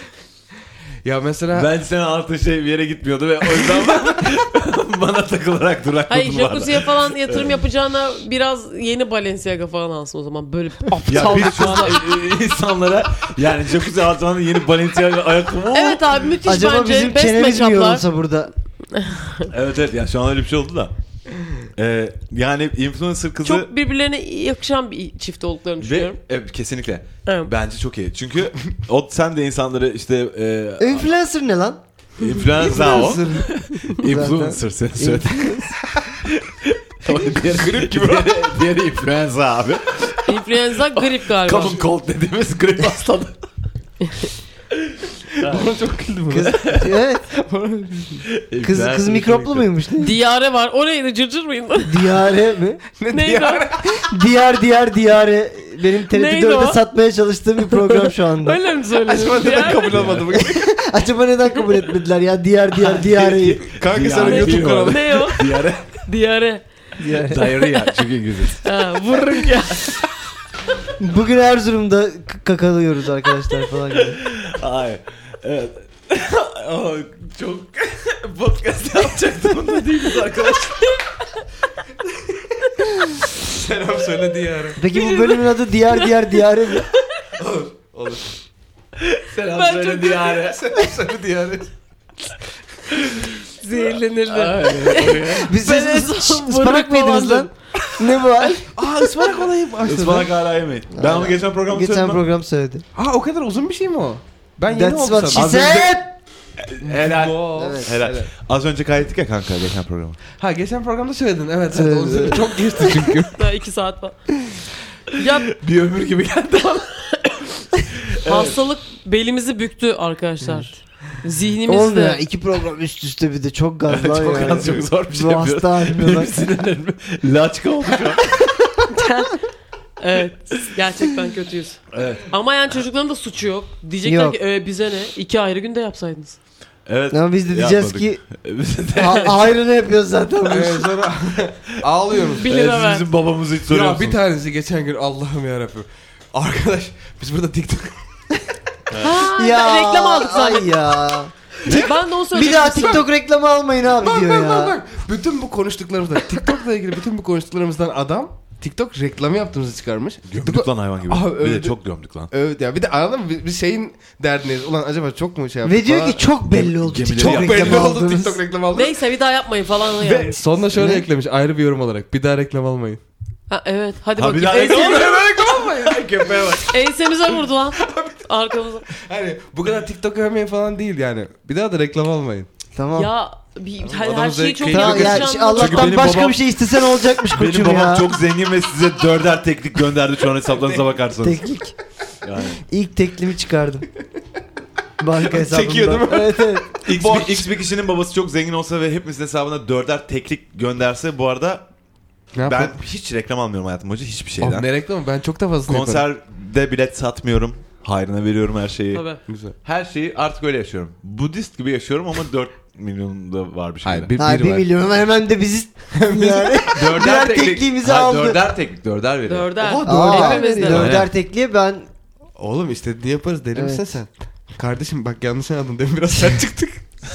Speaker 4: Ya mesela
Speaker 3: Ben senin altın şey bir yere gitmiyordu ve o yüzden ben- bana takılarak durakladım
Speaker 2: Hayır
Speaker 3: bu arada.
Speaker 2: jacuzziye falan yatırım yapacağına biraz yeni Balenciaga falan alsın o zaman böyle
Speaker 3: Ya
Speaker 2: aptal.
Speaker 3: biz şu an e, insanlara yani jacuzzi alacağını yeni Balenciaga ayakkabı mı?
Speaker 2: evet abi müthiş
Speaker 5: Acaba
Speaker 2: bence.
Speaker 5: bizim
Speaker 2: Best
Speaker 5: çenemiz mi
Speaker 2: matchup'lar.
Speaker 5: yorulsa burada?
Speaker 3: evet evet yani şu an öyle bir şey oldu da. Ee, yani influencer kızı
Speaker 2: Çok birbirlerine yakışan bir çift olduklarını
Speaker 3: ve
Speaker 2: düşünüyorum.
Speaker 3: e, kesinlikle
Speaker 2: Evet.
Speaker 3: bence çok iyi. Çünkü o sen de insanları işte e,
Speaker 5: Influencer ne lan?
Speaker 3: influenza o. Influencer sen söyle. diğeri grip gibi. Diğeri, diğeri influenza abi.
Speaker 2: İnfluenza grip galiba.
Speaker 3: Common cold dediğimiz grip hastalığı.
Speaker 4: Bana çok güldüm.
Speaker 5: Kız, evet. Kız, kız
Speaker 3: İnfluencer
Speaker 5: mikroplu
Speaker 3: kesinlikle.
Speaker 5: muymuş ne?
Speaker 2: Diyare var. O neydi? Cırcır mıydı?
Speaker 5: Diyare mi?
Speaker 2: neydi o?
Speaker 5: Diyar diyar diyare. Benim
Speaker 2: Neydi o?
Speaker 5: TRT4'te satmaya çalıştığım bir program şu anda.
Speaker 2: Öyle mi söylüyorsun?
Speaker 4: Ben
Speaker 2: Diyare.
Speaker 4: kabul olmadı bu.
Speaker 5: Acaba neden kabul etmediler ya? Diyar diyar diyareyi.
Speaker 4: Kanka sana
Speaker 3: Diyare
Speaker 4: YouTube
Speaker 3: diyor.
Speaker 4: kanalı.
Speaker 2: ne o?
Speaker 3: Diyare.
Speaker 2: Diyare.
Speaker 5: Diyare.
Speaker 3: Diarrhea çünkü İngilizce.
Speaker 2: Ha, vurun ya.
Speaker 5: Bugün Erzurum'da k- kakalıyoruz arkadaşlar falan gibi.
Speaker 3: Hayır. Evet. Aa, çok podcast yapacaktım da değiliz arkadaşlar.
Speaker 4: Selam söyle diyarı.
Speaker 5: Peki bu bölümün adı Diyar Diyar Diyare mi?
Speaker 3: Selam
Speaker 2: Ben
Speaker 3: söyle
Speaker 2: çok-
Speaker 3: Diyare.
Speaker 4: Selam söyle diyarı.
Speaker 2: Zehirlenirler.
Speaker 5: Biz
Speaker 2: Ben
Speaker 5: siz
Speaker 2: en
Speaker 5: ıs-
Speaker 2: son
Speaker 5: ıs- ıspanak
Speaker 2: börek
Speaker 5: mıydınız
Speaker 2: falan
Speaker 5: lan? ne bu hal?
Speaker 4: Aa ıspanak olayı başladı.
Speaker 3: Ispanak hala yemeyin. Ben onu geçen programda
Speaker 5: Geçen
Speaker 3: söyledim.
Speaker 5: program söyledi.
Speaker 4: Aa o kadar uzun bir şey mi o? Ben yeni
Speaker 5: That's
Speaker 4: oldu
Speaker 5: what she
Speaker 4: sanırım.
Speaker 5: said.
Speaker 3: Helal.
Speaker 4: Wow.
Speaker 5: Evet.
Speaker 3: Helal. Az önce kaydettik ya kanka geçen programı.
Speaker 4: Ha geçen programda söyledin evet. sen
Speaker 5: Evet,
Speaker 4: onu
Speaker 5: evet.
Speaker 4: Çok geçti çünkü.
Speaker 2: Daha iki saat var. Ya
Speaker 3: Bir ömür gibi geldi bana.
Speaker 2: hastalık belimizi büktü arkadaşlar. Zihnimiz
Speaker 5: Olmuyor.
Speaker 2: de.
Speaker 5: iki program üst üste bir de çok gazlar
Speaker 3: çok
Speaker 5: yani.
Speaker 3: az çok zor bir şey
Speaker 5: Bu
Speaker 3: yapıyoruz.
Speaker 5: hasta haline
Speaker 3: Benim
Speaker 5: bak.
Speaker 3: sinirlerim laçka oldu şu an.
Speaker 2: Evet. Gerçekten kötüyüz.
Speaker 3: Evet.
Speaker 2: Ama yani çocukların da suçu yok. Diyecekler
Speaker 5: Yok.
Speaker 2: ki "E, bize ne? İki ayrı günde yapsaydınız.
Speaker 3: Evet.
Speaker 5: Ama biz de diyeceğiz
Speaker 3: Yapmadık.
Speaker 5: ki
Speaker 3: Biz de-
Speaker 5: "A- ayrını yapıyoruz zaten.
Speaker 4: evet sonra ağlıyorum.
Speaker 2: Bir
Speaker 3: Evet,
Speaker 2: lira
Speaker 3: siz
Speaker 2: ver.
Speaker 3: bizim babamızı hiç
Speaker 4: Ya
Speaker 3: soruyorsunuz.
Speaker 4: bir tanesi geçen gün Allah'ım yarabbim. Arkadaş biz burada TikTok
Speaker 2: Ha,
Speaker 5: ya
Speaker 2: reklam aldık zaten.
Speaker 5: Ay ya.
Speaker 2: Ben de onu
Speaker 5: Bir
Speaker 2: söyleyeyim.
Speaker 5: daha TikTok reklamı almayın abi
Speaker 4: bak
Speaker 5: diyor
Speaker 4: bak bak
Speaker 5: ya.
Speaker 4: bak. Bütün bu konuştuklarımızdan TikTok'la ilgili bütün bu konuştuklarımızdan adam TikTok reklamı yaptığımızı çıkarmış.
Speaker 3: Gömdük lan hayvan gibi.
Speaker 4: Abi
Speaker 3: bir de
Speaker 4: öldü.
Speaker 3: çok gömdük lan.
Speaker 4: Evet ya bir de anladın mı? Bir şeyin derdindeyiz. Ulan acaba çok mu şey yaptık?
Speaker 5: Ve diyor
Speaker 4: falan?
Speaker 5: ki çok belli oldu.
Speaker 3: Gemileri
Speaker 5: TikTok
Speaker 3: yak-
Speaker 4: çok
Speaker 5: reklamı
Speaker 4: belli oldu
Speaker 5: aldınız.
Speaker 4: TikTok reklamı aldı.
Speaker 2: Neyse bir daha yapmayın falan. Yani.
Speaker 4: Ve sonuna şöyle
Speaker 5: Ne?
Speaker 4: eklemiş ayrı bir yorum olarak. Bir daha reklam almayın.
Speaker 2: Ha, evet hadi
Speaker 3: Ha, bir daha
Speaker 2: bakayım.
Speaker 3: reklam-
Speaker 2: Ense-
Speaker 4: reklam almayın. Köpeğe bak.
Speaker 2: Ensemize vurdu lan. Arkamıza.
Speaker 4: Hani bu kadar TikTok övmeyin falan değil yani. Bir daha da reklam almayın.
Speaker 5: Tamam.
Speaker 2: Ya bir, her,
Speaker 4: Adamın
Speaker 2: her şeyi çok
Speaker 4: zevki-
Speaker 2: iyi
Speaker 5: Tamam ya,
Speaker 2: anlaşılan-
Speaker 5: şey,
Speaker 3: Çünkü benim
Speaker 5: Allah'tan başka
Speaker 3: babam-
Speaker 5: bir şey istesen olacakmış
Speaker 3: Benim
Speaker 5: koçum
Speaker 3: babam
Speaker 5: ya.
Speaker 3: çok zengin ve size dörder teklik gönderdi şu an hesaplarınıza bakarsanız.
Speaker 5: Teknik.
Speaker 3: Yani.
Speaker 5: İlk teklimi çıkardım. Banka hesabımdan.
Speaker 4: Çekiyor değil mi?
Speaker 5: Evet evet.
Speaker 3: X, bir, X bir kişinin babası çok zengin olsa ve hepimizin hesabına dörder teklik gönderse bu arada
Speaker 4: Ne
Speaker 3: ben
Speaker 4: yapalım?
Speaker 3: hiç reklam almıyorum hayatım hoca hiçbir
Speaker 4: Abi
Speaker 3: şeyden.
Speaker 4: ne reklamı? Ben çok da fazla yaparım.
Speaker 3: Konserde bilet satmıyorum. Hayrına veriyorum her şeyi.
Speaker 2: Tabii.
Speaker 4: Güzel.
Speaker 3: Her şeyi artık öyle yaşıyorum. Budist gibi yaşıyorum ama 4 milyonda var bir şey.
Speaker 4: Hayır bir,
Speaker 5: Hayır
Speaker 4: bir
Speaker 5: bir
Speaker 4: var.
Speaker 5: milyon hemen de bizi yani.
Speaker 3: dörder
Speaker 5: Birer
Speaker 3: teklik.
Speaker 5: tekliğimizi
Speaker 3: Hayır,
Speaker 5: aldı.
Speaker 3: Dörder teklik, dörder veriyor.
Speaker 2: Dörder.
Speaker 4: Oha,
Speaker 5: Aa,
Speaker 2: Hepimiz de.
Speaker 5: dörder tekliğe ben
Speaker 4: Oğlum istediğini yaparız deli
Speaker 5: Evet.
Speaker 4: misin sen? Kardeşim bak yanlış anladın demin biraz sert çıktık.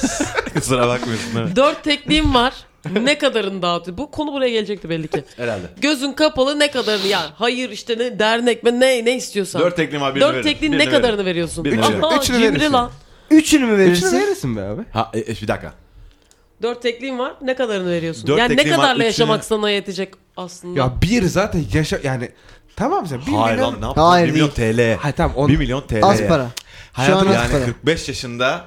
Speaker 3: Kusura bakmıyorsun. evet.
Speaker 2: Dört tekniğim var. Ne kadarını dağıtıyor? Bu konu buraya gelecekti belli ki.
Speaker 3: Herhalde.
Speaker 2: Gözün kapalı ne kadarını ya? Hayır işte ne dernek mi ne ne istiyorsan.
Speaker 3: Dört tekliğim var birini
Speaker 2: Dört
Speaker 3: veririm.
Speaker 2: tekniğin
Speaker 3: Birini
Speaker 2: ne
Speaker 3: veririm.
Speaker 2: kadarını veriyorsun?
Speaker 3: Birini veririm.
Speaker 2: Aha,
Speaker 4: Üçünü
Speaker 2: cimri
Speaker 4: verirsin.
Speaker 2: lan.
Speaker 5: üçünü mü
Speaker 4: Üçünü
Speaker 5: verirsin?
Speaker 4: verirsin be abi.
Speaker 3: Ha, e, e, bir dakika.
Speaker 2: Dört tekliğin var ne kadarını veriyorsun?
Speaker 3: Dört
Speaker 2: yani ne
Speaker 3: tekliğim var,
Speaker 2: kadarla
Speaker 3: üçünü-
Speaker 2: yaşamak sana yetecek aslında?
Speaker 4: Ya bir zaten yaşa yani tamam sen bir
Speaker 3: Hayır
Speaker 4: milyon...
Speaker 3: lan ne yaptın?
Speaker 5: Hayır
Speaker 3: 1 milyon TL.
Speaker 4: Hayır tamam on...
Speaker 3: 1 milyon TL.
Speaker 5: Az
Speaker 3: ya.
Speaker 5: para. Şu an
Speaker 3: Hayatım
Speaker 5: az
Speaker 3: yani
Speaker 5: para.
Speaker 3: 45 yaşında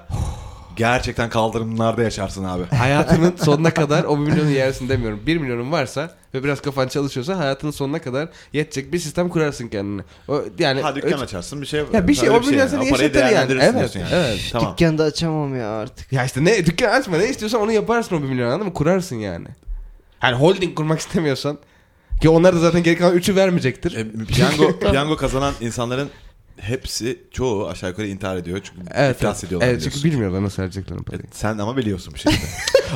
Speaker 3: gerçekten kaldırımlarda yaşarsın abi.
Speaker 4: hayatının sonuna kadar o bir milyonu yersin demiyorum. Bir milyonun varsa ve biraz kafan çalışıyorsa hayatının sonuna kadar yetecek bir sistem kurarsın kendine. O, yani
Speaker 3: Ha dükkan
Speaker 4: ö-
Speaker 3: açarsın bir şey
Speaker 4: Ya bir şey
Speaker 3: öyle
Speaker 4: o milyon seni
Speaker 3: O parayı
Speaker 4: yaşatır yani.
Speaker 3: değerlendirirsin
Speaker 4: Evet,
Speaker 3: diyorsun yani.
Speaker 4: evet.
Speaker 3: Tamam.
Speaker 5: Dükkanda açamam ya artık.
Speaker 4: Ya işte ne dükkan açma ne istiyorsan onu yaparsın o bir milyon anladın mı? Kurarsın yani. Hani holding kurmak istemiyorsan ki onlar da zaten geri kalan üçü vermeyecektir.
Speaker 3: E, piyango, piyango kazanan insanların hepsi çoğu aşağı yukarı intihar ediyor. Çünkü
Speaker 4: Evet.
Speaker 3: iflas
Speaker 4: evet.
Speaker 3: ediyorlar
Speaker 4: Evet
Speaker 3: biliyorsun.
Speaker 4: çünkü bilmiyorlar nasıl harcayacaklarını parayı.
Speaker 3: E, Sen ama biliyorsun bir şey.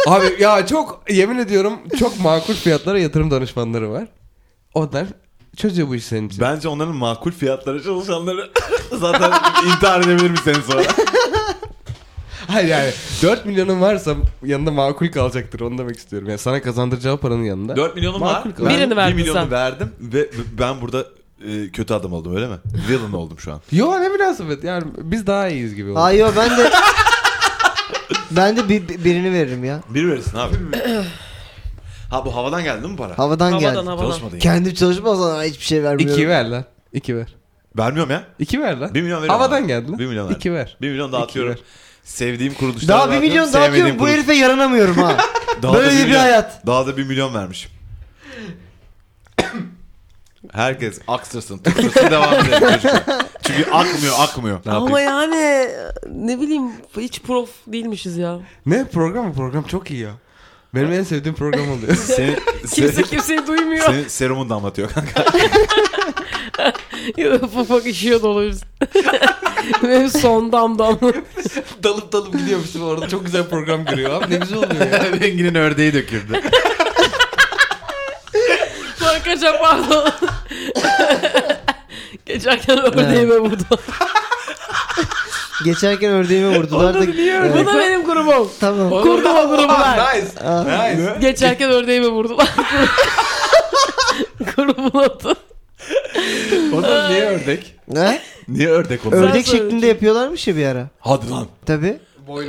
Speaker 4: Abi ya çok yemin ediyorum çok makul fiyatlara yatırım danışmanları var. Onlar çözüyor bu işi senin için.
Speaker 3: Bence onların makul fiyatlara çalışanları zaten intihar edebilir mi seni sonra?
Speaker 4: Hayır yani 4 milyonun varsa yanında makul kalacaktır onu demek istiyorum. Yani sana kazandıracağı paranın yanında.
Speaker 3: 4 milyonum var.
Speaker 4: Makul
Speaker 3: Ben
Speaker 4: kalan.
Speaker 2: Birini verdin
Speaker 3: bir milyonu
Speaker 2: sen.
Speaker 3: verdim ve ben burada e, kötü adam oldum öyle mi? Villain oldum şu an.
Speaker 4: Yo ne münasebet yani biz daha iyiyiz gibi oldu.
Speaker 5: Hayır ben de ben de bir, bir- birini veririm ya.
Speaker 3: Bir verirsin abi. ha bu havadan geldi değil mi para?
Speaker 5: Havadan,
Speaker 2: Havadan,
Speaker 5: geldi.
Speaker 2: havadan.
Speaker 3: Çalışmadın ya.
Speaker 5: Kendim çalışmazsam hiçbir şey vermiyorum.
Speaker 4: 2 ver lan. 2 ver.
Speaker 3: Vermiyorum ya.
Speaker 4: 2 ver lan.
Speaker 3: 1 milyon veriyorum.
Speaker 4: Havadan
Speaker 3: abi.
Speaker 4: geldi lan.
Speaker 3: Bir milyon
Speaker 4: 2 ver.
Speaker 3: Bir milyon
Speaker 4: İki
Speaker 3: dağıtıyorum.
Speaker 4: ver.
Speaker 3: Sevdiğim kuruluşlara
Speaker 5: Daha bir milyon dağıtıyorum
Speaker 3: sevmediğim
Speaker 5: bu
Speaker 3: kuruluş-
Speaker 5: herife yaranamıyorum ha.
Speaker 3: Daha da
Speaker 5: Böyle bir
Speaker 3: milyon-
Speaker 5: hayat.
Speaker 3: Daha da bir milyon vermişim. Herkes aksırsın, tıksırsın devam edelim. çocuklar. Çünkü akmıyor, akmıyor. Ne
Speaker 2: Ama
Speaker 3: yapayım?
Speaker 2: yani ne bileyim hiç prof değilmişiz ya.
Speaker 4: Ne program mı? Program çok iyi ya. Benim en sevdiğim program oluyor.
Speaker 3: Senin,
Speaker 2: Kimse
Speaker 3: senin,
Speaker 2: kimseyi duymuyor.
Speaker 3: senin serumun damlatıyor kanka.
Speaker 2: Ufak işiyor da olabiliriz. Benim son damdam.
Speaker 4: dalıp dalıp gidiyormuşsun orada çok güzel program görüyor abi ne güzel oluyor ya.
Speaker 3: Engin'in ördeği döküldü.
Speaker 2: Arkadaşlar pardon. Geçerken ördeğime vurdu.
Speaker 5: Geçerken ördeğime vurdular da.
Speaker 2: Bu
Speaker 5: Evet,
Speaker 2: da benim grubum.
Speaker 5: Tamam.
Speaker 2: Kurdum o grubular.
Speaker 4: nice.
Speaker 5: Aa,
Speaker 4: Nice.
Speaker 2: Geçerken ördeğime vurdular. Grubun adı.
Speaker 4: O da niye ördek?
Speaker 5: Ne?
Speaker 3: Niye ördek oldu?
Speaker 5: Ördek
Speaker 2: söyle.
Speaker 5: şeklinde yapıyorlarmış ya bir ara.
Speaker 3: Hadi lan.
Speaker 5: Tabi.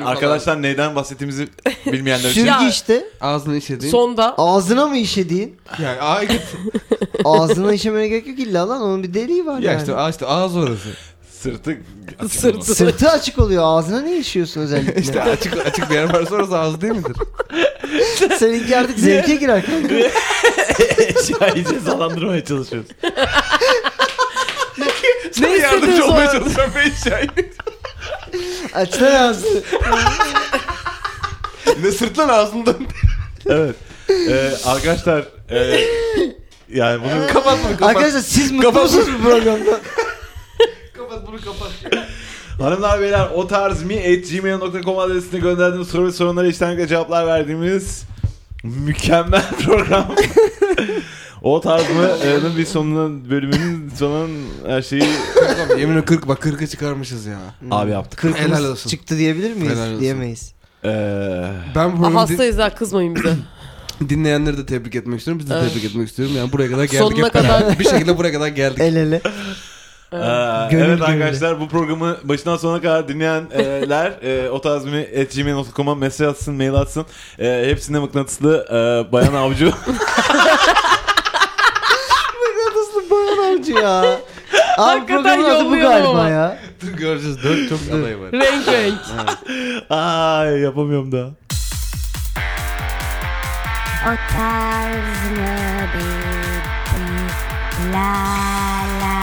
Speaker 3: Arkadaşlar neyden bahsettiğimizi bilmeyenler için.
Speaker 5: Sürgü
Speaker 2: Ya-
Speaker 5: işte.
Speaker 4: ağzını işediğin.
Speaker 2: Sonda.
Speaker 5: Ağzına mı işediğin?
Speaker 4: Yani ağ git.
Speaker 5: Ağzına işemene gerek yok illa lan onun bir deliği var
Speaker 4: ya
Speaker 5: yani.
Speaker 4: işte, ağ işte ağız orası.
Speaker 3: Sırtı.
Speaker 2: Sırtı.
Speaker 5: Sırtı açık oluyor ağzına ne işiyorsun özellikle?
Speaker 4: İşte açık açık bir yer varsa orası ağız değil midir?
Speaker 5: Seninki artık zevke girer kanka.
Speaker 3: Eşyayı cezalandırmaya çalışıyoruz.
Speaker 2: Ne istediniz o?
Speaker 4: çalışıyorum ben şey.
Speaker 5: Açsana ağzını.
Speaker 4: Ne sırtlan ağzından.
Speaker 3: Evet. Ee, arkadaşlar. e, yani bunu
Speaker 4: Kapatma kapat.
Speaker 5: Arkadaşlar siz mutlu musunuz bu programda?
Speaker 4: kapat bunu kapat.
Speaker 3: Hanımlar beyler o tarz mi at gmail.com adresine gönderdiğiniz soru ve sorunlara içtenlikle cevaplar verdiğimiz mükemmel program. o tarz mı Ee, bir sonunun bölümünün sonunun her şeyi
Speaker 4: Yemin ederim 40 bak 40'ı çıkarmışız ya.
Speaker 3: abi yaptık.
Speaker 5: Kırkımız
Speaker 4: Helal olsun.
Speaker 5: çıktı diyebilir miyiz?
Speaker 4: Helal olsun.
Speaker 5: Diyemeyiz.
Speaker 3: Ee,
Speaker 4: Ben bu
Speaker 2: Ha,
Speaker 4: programı di-
Speaker 2: Hastayız ha kızmayın bize.
Speaker 4: Dinleyenleri de tebrik etmek istiyorum. Biz de
Speaker 2: Evet.
Speaker 4: tebrik etmek istiyorum. Yani buraya kadar geldik.
Speaker 2: Sonuna
Speaker 4: hep beraber.
Speaker 2: kadar.
Speaker 4: Bir şekilde buraya kadar geldik.
Speaker 5: El ele.
Speaker 3: Ee,
Speaker 5: Gönül
Speaker 3: evet
Speaker 5: gönüle.
Speaker 3: arkadaşlar bu programı başından sonuna kadar dinleyenler e, otazmi.gmail.com'a mesaj atsın, mail atsın. E, hepsinde mıknatıslı e, bayan avcı.
Speaker 5: Mıknatıslı bayan avcı ya. Abi
Speaker 2: Hakikaten
Speaker 5: programın adı bu
Speaker 2: yolluyorum
Speaker 5: galiba
Speaker 2: ama.
Speaker 5: ya.
Speaker 4: Dur göreceğiz. Dört çok aday var.
Speaker 2: renk renk.
Speaker 3: Ay yapamıyorum daha.
Speaker 1: Otázne byty, la la